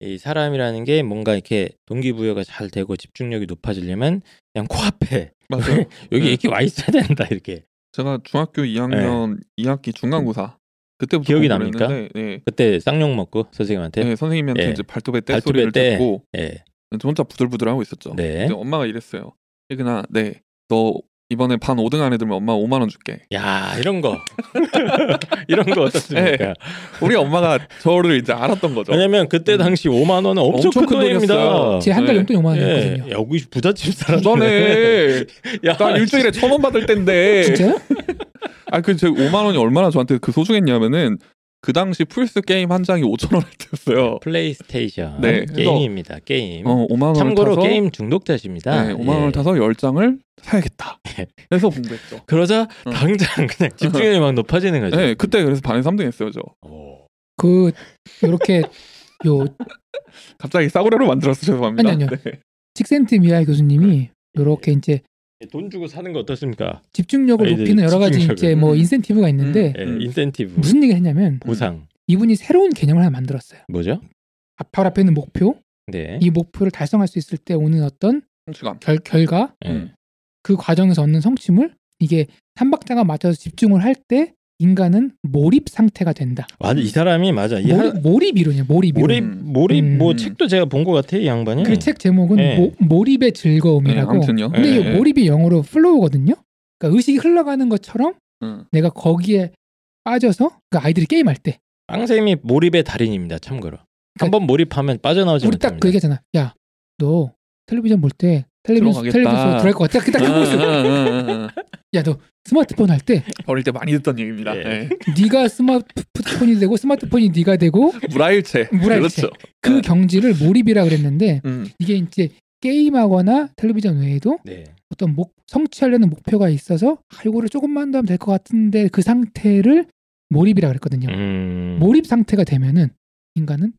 B: 이 사람이라는 게 뭔가 이렇게 동기부여가 잘 되고 집중력이 높아지려면 그냥 코앞에
E: 맞아요.
B: 여기
E: 네.
B: 이렇게 와 있어야 된다 이렇게
E: 제가 중학교 2학년 2학기 중간고사 그때부터
B: 네. 기억이
E: 공부를
B: 납니까?
E: 했는데, 네.
B: 그때 쌍욕 먹고 선생님한테
E: 네, 선생님한테
B: 예.
E: 이제 발톱에 떼
B: 발톱에
E: 소리를
B: 떼.
E: 듣고
B: 예.
E: 저 혼자 부들부들 하고 있었죠.
B: 네.
E: 근데 엄마가 이랬어요. 예근아, 네, 너 이번에 반 5등 안에 들면 엄마 5만 원 줄게.
B: 야 이런 거 이런 거 어떻습니까?
E: 네. 우리 엄마가 저를 이제 알았던 거죠.
B: 왜냐면 그때 당시 5만 원은 엄청,
E: 음. 엄청
B: 큰
E: 큰
B: 돈입니다.
E: 돈이었어요.
D: 제 한 달
E: 네.
D: 용돈 5만
B: 예.
D: 원이었거든요.
B: 야, 여기 부잣집 사람.
E: 전에
B: 야,
E: 나 일주일에 천 원 받을
B: 예.
E: 텐데.
D: 진짜요?
E: 아, 그 제 5만 원이 얼마나 저한테 그 소중했냐면은 그 당시 플스 게임 한 장이 5천 원할 때였어요.
B: 플레이스테이션
E: 네.
B: 게임입니다. 게임.
E: 어, 5만 원을
B: 참고로
E: 타서
B: 게임 중독자십니다.
E: 네, 5만 원을
B: 예.
E: 타서 10장을 사야겠다. 해서 공부했죠.
B: 그러자
E: 응.
B: 당장 그냥 집중력이 막 높아지는 거죠.
E: 어. 네, 그때 그래서 반에 3등 했어요, 저.
B: 오.
D: 그 이렇게 요
E: 갑자기 싸구려로 만들어서 죄송합니다.
D: 아니, 아니요.
E: 네.
D: 직센트 미하이 교수님이 요렇게 이제
B: 돈 주고 사는 거 어떻습니까?
D: 집중력을
B: 아이들
D: 높이는 여러 가지
B: 집중력을. 음.
D: 이제 뭐 인센티브가 있는데
B: 예,
E: 음.
B: 인센티브,
D: 무슨 얘기를 했냐면
B: 보상
D: 이분이 새로운 개념을 하나 만들었어요.
B: 뭐죠?
D: 앞- 바로 앞에 있는 목표,
B: 네.
D: 이 목표를 달성할 수 있을 때 오는 어떤
E: 성취감.
D: 결, 결과,
B: 예.
E: 음.
D: 그 과정에서 얻는 성취물, 이게 삼박자가 맞춰서 집중을 할 때 인간은 몰입 상태가 된다.
B: 맞아 이 사람이 맞아. 이
D: 몰입,
B: 하-
D: 몰입 이론이야, 몰입 이론.
B: 몰입
E: 음.
B: 몰입 뭐
D: 음.
B: 책도 제가 본 것 같아 이 양반이.
D: 그 책 제목은
B: 네.
D: 모, 몰입의 즐거움이라고.
E: 네, 아무튼요.
D: 근데
E: 네,
D: 이 몰입이 영어로 플로우거든요. 그러니까 의식이 흘러가는 것처럼
E: 음.
D: 내가 거기에 빠져서 그 아이들이 게임할 때
B: 빵쌤이 몰입의 달인입니다. 참고로 한번 몰입하면 빠져나오지
D: 그러니까
B: 못합니다.
D: 우리 딱 그 얘기잖아. 야, 너 텔레비전 볼 때 텔레비전 텔레비전
E: 들어가겠다.
D: 들어갈 것 같아.
E: 음,
D: 그딱 그 모습.
E: 아, 아, 아, 아.
D: 야, 너 스마트폰 할 때
E: 어릴 때 많이 듣던 얘기입니다.
B: 예.
E: 네.
D: 네가 스마트폰이 되고 스마트폰이 네가 되고
E: 무라일체.
D: 무라일체.
E: 그렇죠.
D: 그 경지를 몰입이라 그랬는데
E: 음.
D: 이게 이제 게임하거나 텔레비전 외에도
B: 네.
D: 어떤 목 성취하려는 목표가 있어서 아, 이거를 조금만 더 하면 될 것 같은데 그 상태를 몰입이라 그랬거든요. 뭐
B: 음.
D: 몰입 상태가 되면은 인간은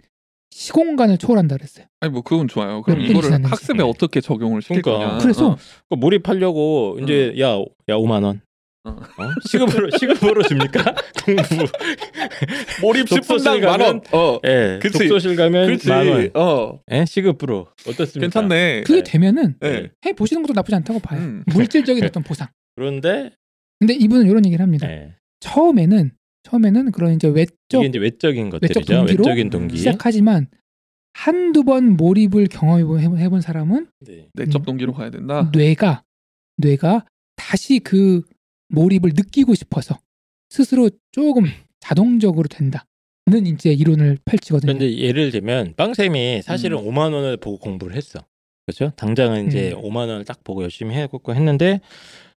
D: 시공간을 초월한다 그랬어요.
E: 아니 뭐 그건 좋아요. 그럼
D: 몇
E: 이거를
D: 분이나 했는지.
E: 학습에 어떻게 적용을 시킬
B: 그러니까.
E: 거냐.
D: 그래서
E: 어.
B: 그 몰입하려고 이제 야야 5만 원.
E: 어.
B: 어? 시급으로 시급으로 줍니까? 공부.
E: 몰입
B: 독서실
E: 10분당 만 원. 어.
B: 예.
E: 그치.
B: 독서실 가면
E: 그렇지.
B: 만 원.
E: 어.
B: 예, 시급으로 어떻습니까?
E: 괜찮네.
D: 그게
B: 네.
D: 되면은
E: 그러니까. 네.
D: 해 보시는 것도 나쁘지 않다고 봐요.
E: 음.
D: 물질적인 어떤 보상.
B: 그런데
D: 근데 이분은 이런 얘기를 합니다.
B: 예.
D: 처음에는 처음에는 그런 이제 외적
B: 이게 이제 외적인
D: 외적
B: 것들이죠.
D: 동기로
B: 외적인 동기.
D: 시작하지만 한두 번 몰입을 경험해 본 사람은
B: 네.
E: 내적 동기로 가야 된다.
D: 음. 뇌가 뇌가 다시 그 몰입을 느끼고 싶어서 스스로 조금 자동적으로 된다는 이제 이론을 펼치거든요.
B: 그런데 예를 들면 빵쌤이 사실은
E: 네. 음.
B: 5만 원을 보고 공부를 했어. 그렇죠? 당장은 이제
D: 음.
B: 5만 원을 딱 보고 열심히 해갖고 했는데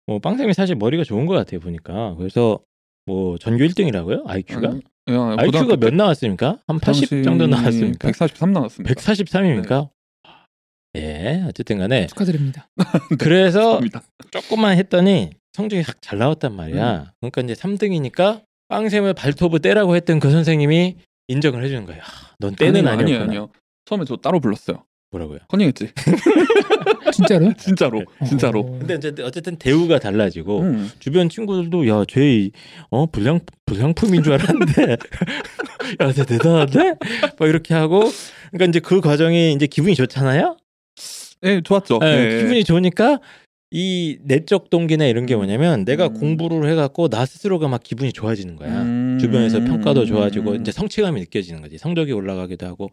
B: 뭐 빵쌤이 사실 머리가 좋은 것 같아요 보니까. 그래서 뭐 전교 1등이라고요? IQ가?
E: 음, 야,
B: IQ가
E: 고등학교
B: 몇
E: 때
B: 나왔습니까? 한 80
E: 당시
B: 정도 나왔습니까?
E: 143 나왔습니다.
B: 143입니까?
E: 네.
B: 예, 어쨌든 간에
D: 축하드립니다.
B: 그래서
E: 감사합니다.
B: 조금만 했더니 성적이 확 잘 나왔단 말이야.
E: 음.
B: 그러니까 이제 3등이니까 빵샘을 발톱을 떼라고 했던 그 선생님이 인정을 해주는 거야. 아, 넌 떼는
E: 아니에요,
B: 아니었구나.
E: 아니에요. 처음에 저 따로 불렀어요.
B: 뭐라고요?
E: 컨닝했지.
B: 아,
D: 진짜로?
B: 네.
E: 진짜로. 진짜로.
D: 어.
B: 근데 어쨌든, 어쨌든 대우가 달라지고
E: 음.
B: 주변 친구들도 야쟤어 불량 불량품인 줄 알았는데 야쟤 대단한데 막 이렇게 하고 그러니까 이제 그 과정이 이제 기분이 좋잖아요.
E: 예, 좋았죠.
B: 예,
E: 예.
B: 기분이 좋으니까 이 내적 동기나 이런 게 뭐냐면 내가
E: 음.
B: 공부를 해갖고 나 스스로가 막 기분이 좋아지는 거야.
E: 음.
B: 주변에서 평가도 좋아지고
E: 음.
B: 이제 성취감이 느껴지는 거지 성적이 올라가기도 하고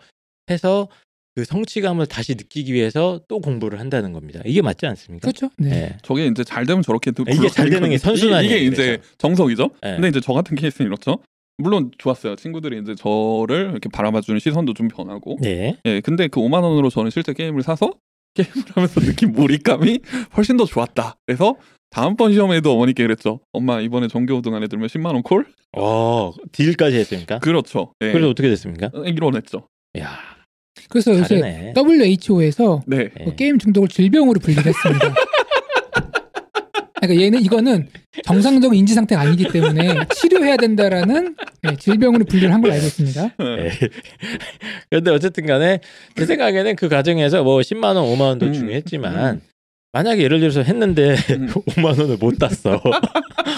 B: 해서 그 성취감을 다시 느끼기 위해서 또 공부를 한다는 겁니다. 이게 맞지 않습니까?
D: 그렇죠. 네.
B: 예.
E: 저게 이제 잘 되면 저렇게 또
B: 이게
E: 굴러가는
B: 잘 되는 게
E: 건데.
B: 선순환이에요,
E: 이게, 이게 이제
B: 그래서.
E: 정석이죠.
B: 예.
E: 근데 이제 저 같은 케이스는 이렇죠. 물론 좋았어요. 친구들이 이제 저를 이렇게 바라봐주는 시선도 좀 변하고.
B: 네.
E: 예, 근데 그 5만 원으로 저는 실제 게임을 사서 게임을 하면서 느낀 몰입감이 훨씬 더 좋았다. 그래서 다음번 시험에도 어머니께 그랬죠. 엄마 이번에 전교우등 안에 들면 10만 원 콜?
B: 어 딜까지 했습니까? 그,
E: 그렇죠. 예.
B: 래서 어떻게 됐습니까?
E: 이론했죠.
B: 야
D: 그래서 요새
B: 다르네.
D: WHO에서 그
E: 네.
B: 예.
D: 게임 중독을 질병으로 분류했습니다. 그러니까 얘는 이거는 정상적인 인지 상태가 아니기 때문에 치료해야 된다라는 네, 질병으로 분류를 한 걸로 알고 있습니다.
E: 예.
B: 예. 근데 어쨌든간에 제 생각에는 그 과정에서 뭐 10만 원, 5만 원도
E: 음,
B: 중요했지만 만약에 예를 들어서 했는데
E: 음.
B: 5만 원을 못 땄어.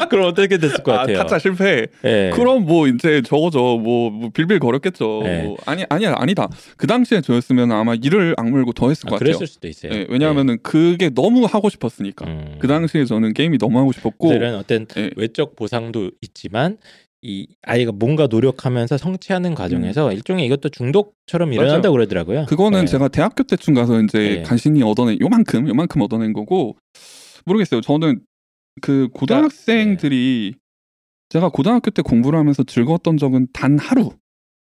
B: 그럼 어떻게 됐을 것
E: 아,
B: 같아요?
E: 타짜 실패.
B: 예.
E: 그럼 뭐 이제 저거죠. 뭐, 뭐 빌빌 거렸겠죠.
B: 네.
E: 뭐 아니 아니야 아니다. 그 당시에 저였으면 아마 이를 악물고 더 했을
B: 아,
E: 것 같아요.
B: 그랬을 수도 있어요. 네.
E: 예, 왜냐하면은 그게 너무 하고 싶었으니까.
B: 음.
E: 그 당시에 저는 게임이 너무 하고 싶었고.
B: 그들은 어떤
E: 예.
B: 외적 보상도 있지만 이 아이가 뭔가 노력하면서 성취하는 과정에서 일종의 이것도 중독처럼 일어난다고 그러더라고요.
E: 음. 그거는
B: 예.
E: 제가 대학교 때쯤 가서 이제
B: 예.
E: 간신히 얻어낸 요만큼 요만큼 얻어낸 거고 모르겠어요. 저는
B: 그러니까,
E: 그
B: 네.
E: 고등학생들이 제가 고등학교 때 공부를 하면서 즐거웠던 적은 단 하루,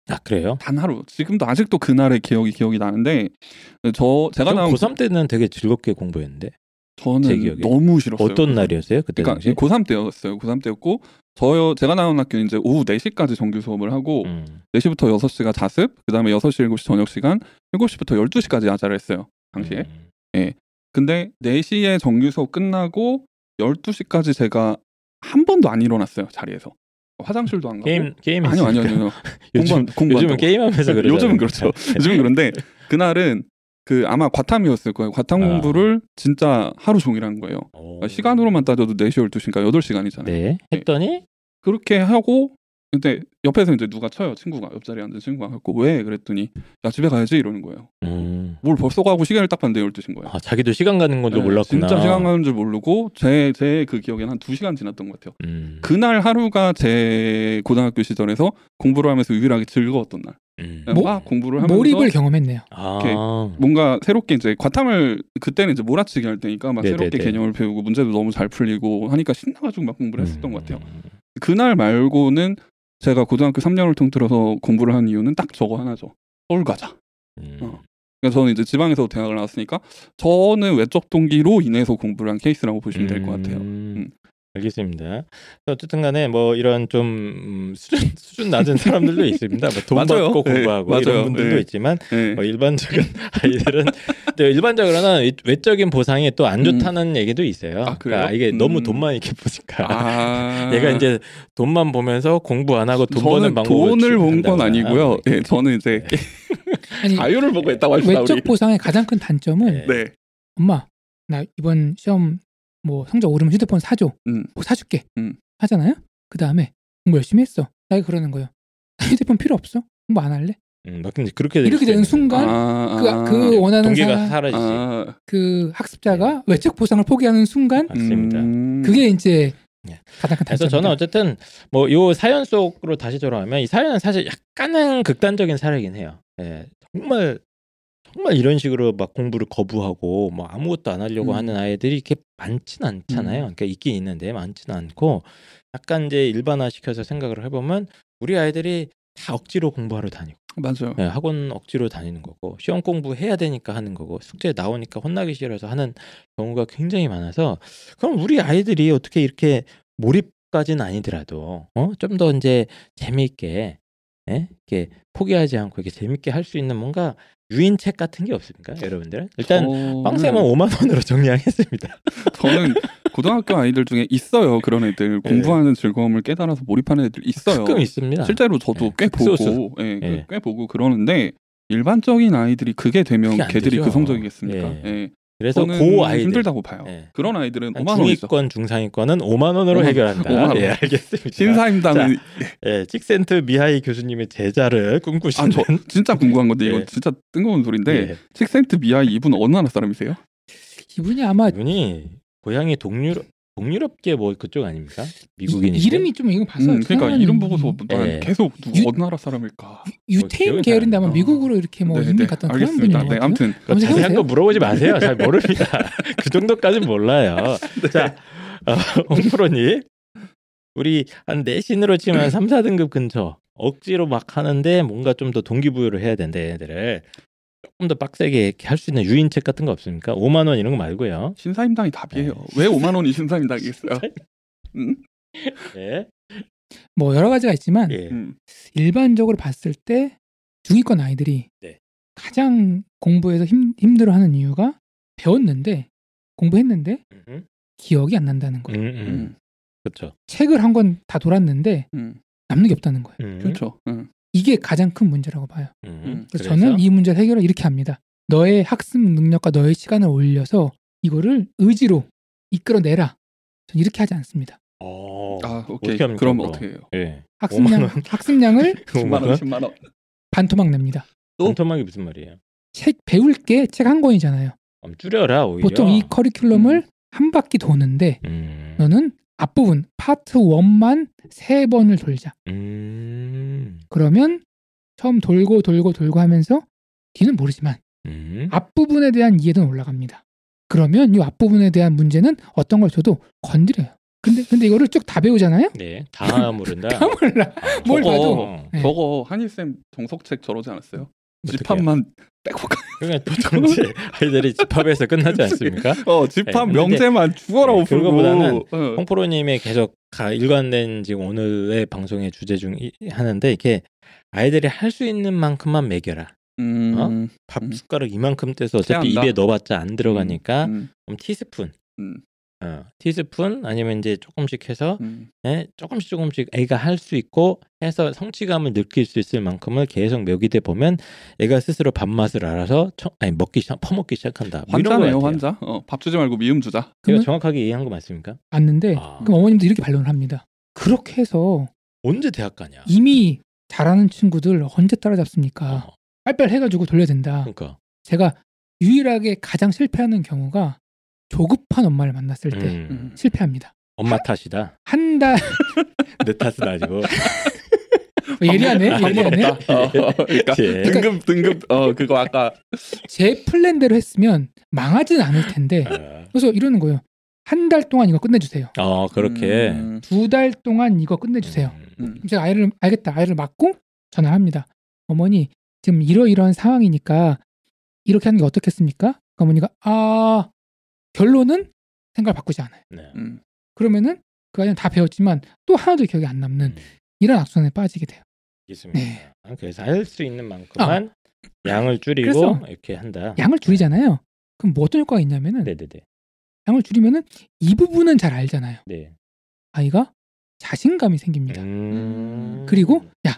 B: 아 그래요?
E: 단 하루. 지금도 아직도 그날의 기억이 기억이 나는데 저 제가 나온
B: 고3 때는 되게 즐겁게 공부했는데 제
E: 저는
B: 기억에.
E: 너무 싫었어요.
B: 어떤 날이었어요 그때
E: 그러니까
B: 당시?
E: 고3 때였어요. 고3 때였고 저 제가 나온 학교는 이제 오후 4시까지 정규 수업을 하고
B: 음.
E: 4시부터 6시가 자습, 그다음에 6시 7시 저녁 시간, 7시부터 12시까지 야자를 했어요. 당시에.
B: 음.
E: 근데 4시에 정규 수업 끝나고 12시까지 제가 한 번도 안 일어났어요. 자리에서. 화장실도 안 가고.
B: 게임 게임
E: 어? 아니요, 아니요, 아니요.
B: 요즘
E: 공부한 공부
B: 요즘은 네. 게임하면서 그러죠.
E: 요즘은 그렇죠. 요즘은 그런데 그날은 그 아마 과탐이었을 거예요. 과탐
B: 아.
E: 공부를 진짜 하루 종일 한 거예요. 그러니까 시간으로만 따져도 4시 12시니까 8시간이잖아요.
B: 어. 음. 네 했더니
E: 그렇게 하고 근데 옆에서 이제 누가 쳐요. 친구가 옆자리에 앉은 친구가 갖고 왜 그랬더니 나 집에 가야지 이러는 거예요.
B: 음.
E: 뭘 벌써 가고 시간을 딱 봤는데 12시인 거예요.
B: 아, 자기도 시간 가는 건도
E: 네,
B: 몰랐구나.
E: 진짜 시간 가는 줄 모르고 제 제 그 기억엔 한 2시간 지났던 것 같아요.
B: 음.
E: 그날 하루가 제 고등학교 시절에서 공부를 하면서 유일하게 즐거웠던 날.
B: 음.
E: 그냥
D: 모-
E: 막 공부를 하면서
D: 몰입을 경험했네요.
B: 아.
E: 뭔가 새롭게 이제 과탐을 그때는 이제 몰아치기 할 때니까 막
B: 네네네.
E: 새롭게 개념을 배우고 문제도 너무 잘 풀리고 하니까 신나가지고 막 공부를 했었던 것 같아요.
B: 음.
E: 그날 말고는 제가 고등학교 3년을 통틀어서 공부를 한 이유는 딱 저거 하나죠. 서울 가자.
B: 음.
E: 어. 그러니까 저는 이제 지방에서 대학을 나왔으니까 저는 외적 동기로 인해서 공부를 한 케이스라고 보시면 될 것 같아요. 음.
B: 알겠습니다. 어쨌든 간에 뭐 이런 좀 음, 수준, 수준 낮은 사람들도 있습니다. 뭐돈
E: 맞아요.
B: 받고
E: 네,
B: 공부하고
E: 맞아요.
B: 이런 분들도
E: 네.
B: 있지만
E: 네.
B: 뭐 일반적인 아이들은 근데 일반적으로는 이- 외적인 보상이 또 안 좋다는 얘기도 있어요.
E: 음. 아, 그래요?
B: 그러니까 이게 너무
E: 음.
B: 돈만 이렇게 보니까
E: 아...
B: 얘가 이제 돈만 보면서 공부 안 하고 돈
E: 저는
B: 버는 방법을
E: 돈을 본 건
B: 추구한다거나.
E: 아니고요. 예, 저는 이제 게-
D: 아니
E: 자유를 보고 했다고 합시다 우리.
D: 외적 보상의 가장 큰 단점은
B: 네.
E: 네.
D: 엄마 나 이번 시험 뭐 성적 오르면 휴대폰 사줘.
E: 음.
D: 뭐 사줄게.
E: 음.
D: 하잖아요. 그 다음에 공부 열심히 했어. 나에게 그러는 거예요. 휴대폰 필요 없어. 공부 안 할래.
B: 음, 막 근데 그렇게 될
D: 이렇게
B: 수도
D: 되는
B: 있는 거예요. 음,
D: 순간
E: 아,
D: 그,
E: 아,
D: 그 원하는
B: 동기가
D: 사람,
B: 사라지지
E: 아,
D: 그 학습자가 외적 보상을 포기하는 순간
B: 않습니다.
E: 음.
D: 그게 이제
B: 예.
D: 가장 큰
B: 그래서
D: 단점입니다.
B: 저는 어쨌든 뭐 요 사연 속으로 다시 돌아가면 이 사연은 사실 약간은 극단적인 사례긴 해요. 예, 정말 정말 이런 식으로 막 공부를 거부하고 뭐 아무것도 안 하려고
E: 음.
B: 하는 아이들이 이렇게 많진 않잖아요.
D: 음.
B: 그러니까 있긴 있는데 많진 않고 약간 이제 일반화 시켜서 생각을 해보면 우리 아이들이 다 억지로 공부하러 다니고
E: 맞아요.
B: 예, 학원 억지로 다니는 거고 시험 공부 해야 되니까 하는 거고 숙제 나오니까 혼나기 싫어서 하는 경우가 굉장히 많아서 그럼 우리 아이들이 어떻게 이렇게 몰입 까지는 아니더라도 어, 좀 더 이제 재미있게 예? 이렇게 포기하지 않고 이렇게 재미있게 할 수 있는 뭔가 유인책 같은 게 없습니까, 여러분들? 일단
E: 저는-
B: 빵쌤은 5만 원으로 정리하겠습니다.
E: 저는 고등학교 아이들 중에 있어요 그런 애들 공부하는 즐거움을 깨달아서 몰입하는 애들 있어요.
B: 네. 가끔 있습니다.
E: 실제로 저도
B: 예,
E: 꽤
B: 극소수.
E: 보고 예, 그-
B: 예.
E: 꽤 보고 그러는데 일반적인 아이들이 그게 되면
B: 그게 안
E: 걔들이
B: 되죠.
E: 그 성적이겠습니까?
B: 예.
E: 예.
B: 그래서
E: 저는
B: 고 아이들
E: 힘들다고 봐요.
B: 예.
E: 그런 아이들은
B: 한
E: 5만 원이죠.
B: 중위권, 중상위권은 5만 원으로
E: 5만
B: 해결한다.
E: 5만 원.
B: 예, 알겠습니다.
E: 신사임당은
B: 예, 찍센트 미하이 교수님의 제자를
E: 아,
B: 꿈꾸시는
E: 저 네. 진짜 궁금한 건데 이건
B: 예.
E: 진짜 뜬금없는 소리인데
B: 예,
E: 칙센트 미아 이분 어느 나라 사람이세요?
D: 이분이 아마
B: 이분이 고향이 동유럽 동유럽계 뭐 그쪽 아닙니까? 미국인인데
D: 이름이 좀 이거 봤어요.
E: 음, 그러니까
D: 생각나는
E: 이름 보고서 난
B: 예.
E: 계속 누구
D: 유-
E: 어느 나라 사람일까?
D: 유태인
B: 뭐 기억이
D: 계열인데
B: 안
D: 아마
E: 나.
D: 미국으로 이렇게 뭐
E: 네,
D: 이민
E: 네.
D: 갔던 그런 분인
E: 알겠습니다.
D: 것
E: 네,
D: 같아요.
E: 아무튼
B: 그거 그러니까 자세한
D: 해보세요.
B: 거 물어보지 마세요. 잘 모릅니다. 그 정도까지는 몰라요. 자, 어, 홍프로님, 우리 한 내신으로 치면 한 3, 4등급 근처 억지로 막 하는데 뭔가 좀 더 동기부여를 해야 된다 얘들을 조금 더 빡세게 할 수 있는 유인책 같은 거 없습니까? 5만 원 이런 거 말고요.
E: 신사임당이 답이에요. 왜 5만 원이 신사임당이겠어요? 음,
B: 네.
D: 뭐 여러 가지가 있지만
B: 예.
E: 음.
D: 일반적으로 봤을 때 중위권 아이들이
B: 네.
D: 가장 공부에서 힘, 힘들어하는 이유가 배웠는데 공부했는데
B: 음,
D: 기억이 안 난다는
B: 음,
D: 거예요.
B: 음.
E: 음,
B: 그렇죠.
D: 책을 한 권 다 돌았는데
E: 음,
D: 남는 게 없다는 거예요.
B: 음,
E: 그렇죠. 음,
D: 이게 가장 큰 문제라고 봐요.
B: 음.
D: 그래서 저는 이 문제 해결을 이렇게 합니다. 너의 학습 능력과 너의 시간을 올려서 이거를 의지로 이끌어내라. 전 이렇게 하지 않습니다.
B: 어.
E: 아, 오케이.
B: 어떻게 합니까,
E: 그럼
B: 그거?
E: 어떻게 해요?
B: 예. 오만
D: 학습량,
B: 원.
D: 학습량을
E: 10만
B: 5만
E: 원,
B: 원.
E: 10만 원.
D: 반토막 냅니다.
E: 또?
B: 반토막이 무슨 말이에요?
D: 책 배울 게 책 한 권이잖아요.
B: 엄 줄여라 오히려.
D: 보통 이 커리큘럼을 한 바퀴 도는데
B: 음.
D: 너는 앞부분 파트 1만 세 번을 돌자.
B: 음.
D: 그러면 처음 돌고 돌고 돌고 하면서 뒤는 모르지만
B: 음.
D: 앞부분에 대한 이해는 올라갑니다. 그러면 이 앞부분에 대한 문제는 어떤 걸 줘도 건드려요. 근데 근데 이거를 쭉 다 배우잖아요.
B: 네, 다 모른다.
D: 다 몰라. 뭘 봐도
B: 어,
D: 예.
E: 저거 한일쌤 정석책 저러지 않았어요?
B: 어떡해요?
E: 집합만 빼고 가.
B: 그러니까 보통 이제 아이들이 집합에서 끝나지 않습니까?
E: 어, 집합
B: 예, 근데-
E: 명제만 죽어라
B: 예,
E: 오프고.
B: 그거보다는
E: 어.
B: 홍프로님의 계속 가- 일관된 지금 오늘의 방송의 주제 중 이- 하는데 이렇게 아이들이 할 수 있는 만큼만 먹여라.
E: 음,
B: 어?
E: 음,
B: 밥
E: 음.
B: 숟가락 이만큼 떼서 어차피
E: 태안다.
B: 입에 넣어봤자 안 들어가니까
E: 음,
B: 그럼 티스푼.
E: 음.
B: 어, 티스푼 아니면 이제 조금씩 해서
E: 음.
B: 예, 조금씩 조금씩 애가 할 수 있고 해서 성취감을 느낄 수 있을 만큼을 계속 먹이다 보면 애가 스스로 밥맛을 알아서 처- 아니 먹기 시작 퍼먹기 시작한다. 뭐 이런 거
E: 환자네요,
B: 같아요.
E: 환자. 어, 밥 주지 말고 미음 주자.
B: 제가
D: 그러면
B: 정확하게 이해한 거 맞습니까?
D: 봤는데
B: 아.
D: 그럼 어머님도 이렇게 반론을 합니다. 그렇게 해서
B: 언제 대학 가냐?
D: 이미 아. 잘하는 친구들 언제 따라잡습니까?
B: 어,
D: 빨빨 해가지고 돌려야 된다.
B: 그러니까
D: 제가 유일하게 가장 실패하는 경우가 조급한 엄마를 만났을 때
B: 음,
E: 음.
D: 실패합니다.
B: 엄마 탓이다.
D: 한 달
B: 내 탓은 아니고.
D: 예리하네 예리하네
E: 어, 그러니까
B: 아, 예.
E: 등급 등급 어 그거 아까
D: 제 플랜대로 했으면 망하진 않을 텐데 그래서 이러는 거예요. 한 달 동안 이거 끝내주세요.
B: 어 그렇게.
E: 음,
D: 두 달 동안 이거 끝내주세요.
B: 음.
E: 음.
D: 그럼 제가 아이를 알겠다 아이를 맞고 전화합니다. 어머니 지금 이러이러한 상황이니까 이렇게 하는 게 어떻겠습니까? 그 어머니가 아 결론은 생각 을 바꾸지 않아요.
B: 네.
E: 음.
D: 그러면은 그 아이는 다 배웠지만 또 하나도 기억이 안 남는
B: 음.
D: 이런 악순환에 빠지게 돼요.
B: 있습니다.
D: 네.
B: 그래서 할 수 있는 만큼만 양을 줄이고
D: 그래서
B: 이렇게 한다.
D: 양을 줄이잖아요. 그럼 뭐 어떤 효과가 있냐면은
B: 네네네.
D: 양을 줄이면은 이 부분은 잘 알잖아요.
B: 네.
D: 아이가 자신감이 생깁니다.
B: 음.
D: 그리고 야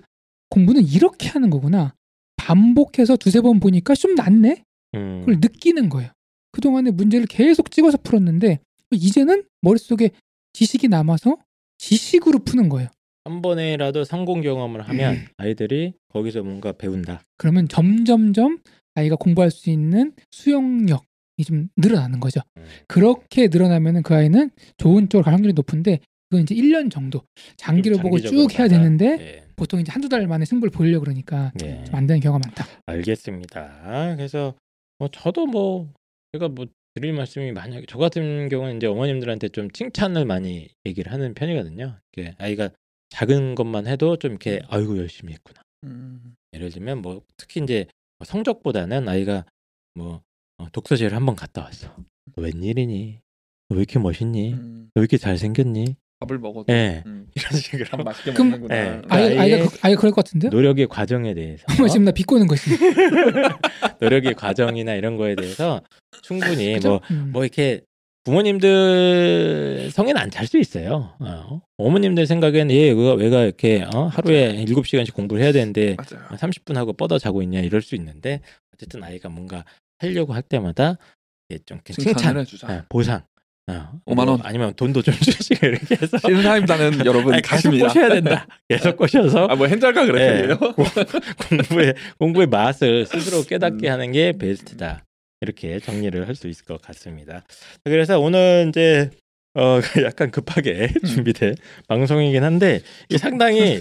D: 공부는 이렇게 하는 거구나 반복해서 두세 번 보니까 좀 낫네
B: 음.
D: 그걸 느끼는 거예요 그동안에 문제를 계속 찍어서 풀었는데 이제는 머릿속에 지식이 남아서 지식으로 푸는 거예요
B: 한 번에라도 성공 경험을 하면
D: 음.
B: 아이들이 거기서 뭔가 배운다.
D: 그러면 점점점 아이가 공부할 수 있는 수용력이 좀 늘어나는 거죠
B: 음.
D: 그렇게 늘어나면 그 아이는 좋은 쪽으로 갈 확률이 높은데 그건 이제 1년 정도 장기로
B: 좀
D: 보고
B: 장기적으로
D: 쭉 해야
B: 간다.
D: 되는데
B: 네.
D: 보통 이제 한두 달 만에 승부를 보려고 그러니까
B: 네.
D: 좀 안 되는 경우가 많다
B: 알겠습니다. 그래서 뭐 저도 뭐 제가 뭐 드릴 말씀이 만약에 저 같은 경우는 이제 어머님들한테 좀 칭찬을 많이 얘기를 하는 편이거든요. 이렇게 아이가 작은 것만 해도 좀 이렇게
D: 음.
B: 아이고 열심히 했구나.
E: 음.
B: 예를 들면 뭐 특히 이제 성적보다는 아이가 뭐 어,
D: 음.
B: 독서실을 한번 갔다 왔어. 너 웬일이니? 너 왜 이렇게 멋있니? 너 왜 이렇게 잘생겼니?
E: 음. 밥을 먹어도
B: 예.
E: 음,
B: 이런 식으로
E: 참 맛있게
D: 그럼-
E: 먹는구나.
B: 예.
E: 아,
D: 아이,
B: 아예-
D: 아이가 그- 아이가 그럴 것 같은데요?
B: 노력의 예, 과정에 대해서
D: 정말 지금 나 비꼬는 것이.
B: 노력의 과정이나 이런 거에 대해서 충분히
D: 그죠?
B: 뭐
D: 음.
B: 뭐 이렇게 부모님들 성에는 안 찰 수 있어요. 어. 어머님들 생각엔 얘 왜가, 왜가 이렇게 어? 하루에 7시간씩 공부를 해야 되는데
E: 맞아요.
B: 30분 하고 뻗어 자고 있냐 이럴 수 있는데 어쨌든 아이가 뭔가 하려고 할 때마다 이게 좀 이렇게
E: 칭찬을
B: 네, 칭찬,
E: 해주자.
B: 예, 보상, 어,
E: 오만 원.
B: 뭐 아니면 돈도 좀 주시고 이렇게 해서
E: 신사임당은 여러분
B: 아니, 계속
E: 가십니다.
B: 꼬셔야 된다. 계속 꼬셔서
E: 아뭐 hen잘가
B: 예,
E: 그래요?
B: 공부의 공부의 맛을 스스로
E: 음.
B: 깨닫게 하는 게 베스트다. 이렇게 정리를 할 수 있을 것 같습니다. 그래서 오늘 이제 어 약간 급하게
E: 음.
B: 준비된 방송이긴 한데 이게 상당히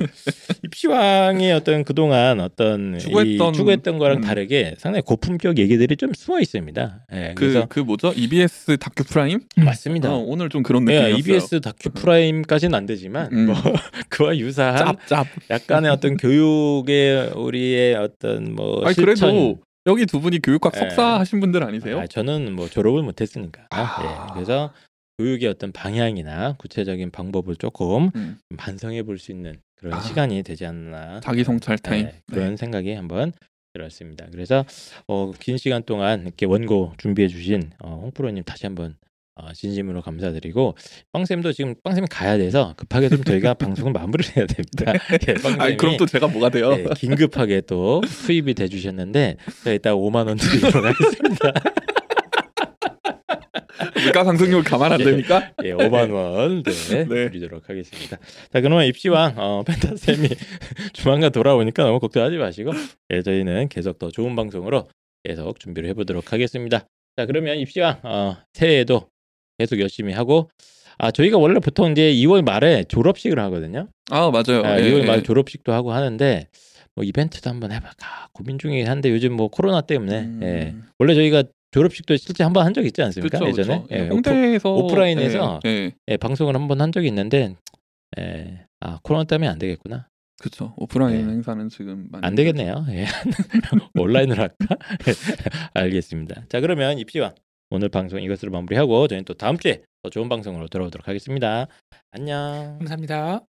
B: 입시왕의 어떤 그동안 어떤 이
E: 추구했던-
B: 추구했던 거랑
E: 음.
B: 다르게 상당히 고품격 얘기들이 좀 숨어 있습니다. 예,
E: 그 그
B: 그래서
E: 뭐죠? EBS 다큐 프라임?
B: 맞습니다.
E: 어, 오늘 좀 그런
B: 예,
E: 느낌이었어요.
B: EBS 다큐 프라임까지는 안 되지만
E: 음.
B: 뭐 그와 유사한
E: 짭짭.
B: 약간의 어떤 교육의 우리의 어떤 뭐
E: 아니
B: 실천.
E: 그래도 여기 두 분이 교육학
B: 예.
E: 석사 하신 분들 아니세요?
B: 아, 저는 뭐 졸업을 못했으니까.
E: 아.
B: 예, 그래서 교육의 어떤 방향이나 구체적인 방법을 조금
E: 음.
B: 반성해 볼 수 있는 그런
E: 아. 네.
B: 시간이 되지 않나.
E: 자기 성찰 타임.
B: 예, 그런 생각이 한번 들었습니다. 그래서 어, 긴 시간 동안 이렇게 원고 준비해 주신 어, 홍프로님 다시 한번 어, 진심으로 감사드리고 빵쌤도 지금 빵쌤이 가야 돼서 급하게 좀 저희가 방송을 마무리해야 됩니다. 예, 빵쌤이
E: 네. 아니 그럼 또 제가 뭐가 돼요?
B: 네, 긴급하게 또 투입이 돼 주셨는데 제가 이따 5만 원 드리도록 하겠습니다.
E: 물가 상승률 감안 안
B: 예.
E: 됩니까?
B: 예, 5만 원 네,
E: 네.
B: 드리도록 하겠습니다. 자, 그러면 입시왕 어, 펜타 쌤이 조만간 돌아오니까 너무 걱정하지 마시고 예, 저희는 계속 더 좋은 방송으로 계속 준비를 해보도록 하겠습니다. 자, 그러면 입시왕 어, 새해에도 계속 열심히 하고 아 저희가 원래 보통 이제 2월 말에 졸업식을 하거든요.
E: 아 맞아요.
B: 아,
E: 예,
B: 2월
E: 예.
B: 말 졸업식도 하고 하는데 뭐 이벤트도 한번 해볼까 고민 중이긴 한데 요즘 뭐 코로나 때문에
E: 음.
B: 예. 원래 저희가 졸업식도 실제 한번 한 적 있지 않습니까
E: 그쵸,
B: 예전에
E: 그쵸.
B: 예, 오프-
E: 홍대에서
B: 오프라인에서
E: 예, 예.
B: 예, 방송을 한 번 한 적이 있는데 예, 아 코로나 때문에 안 되겠구나
E: 그쵸 오프라인
B: 예.
E: 행사는 지금 많이
B: 안 되겠네요 예. 온라인으로 할까 예, 알겠습니다 자 그러면 입시왕 오늘 방송 이것으로 마무리하고 저희는 또 다음 주에 더 좋은 방송으로 돌아오도록 하겠습니다 안녕
D: 감사합니다.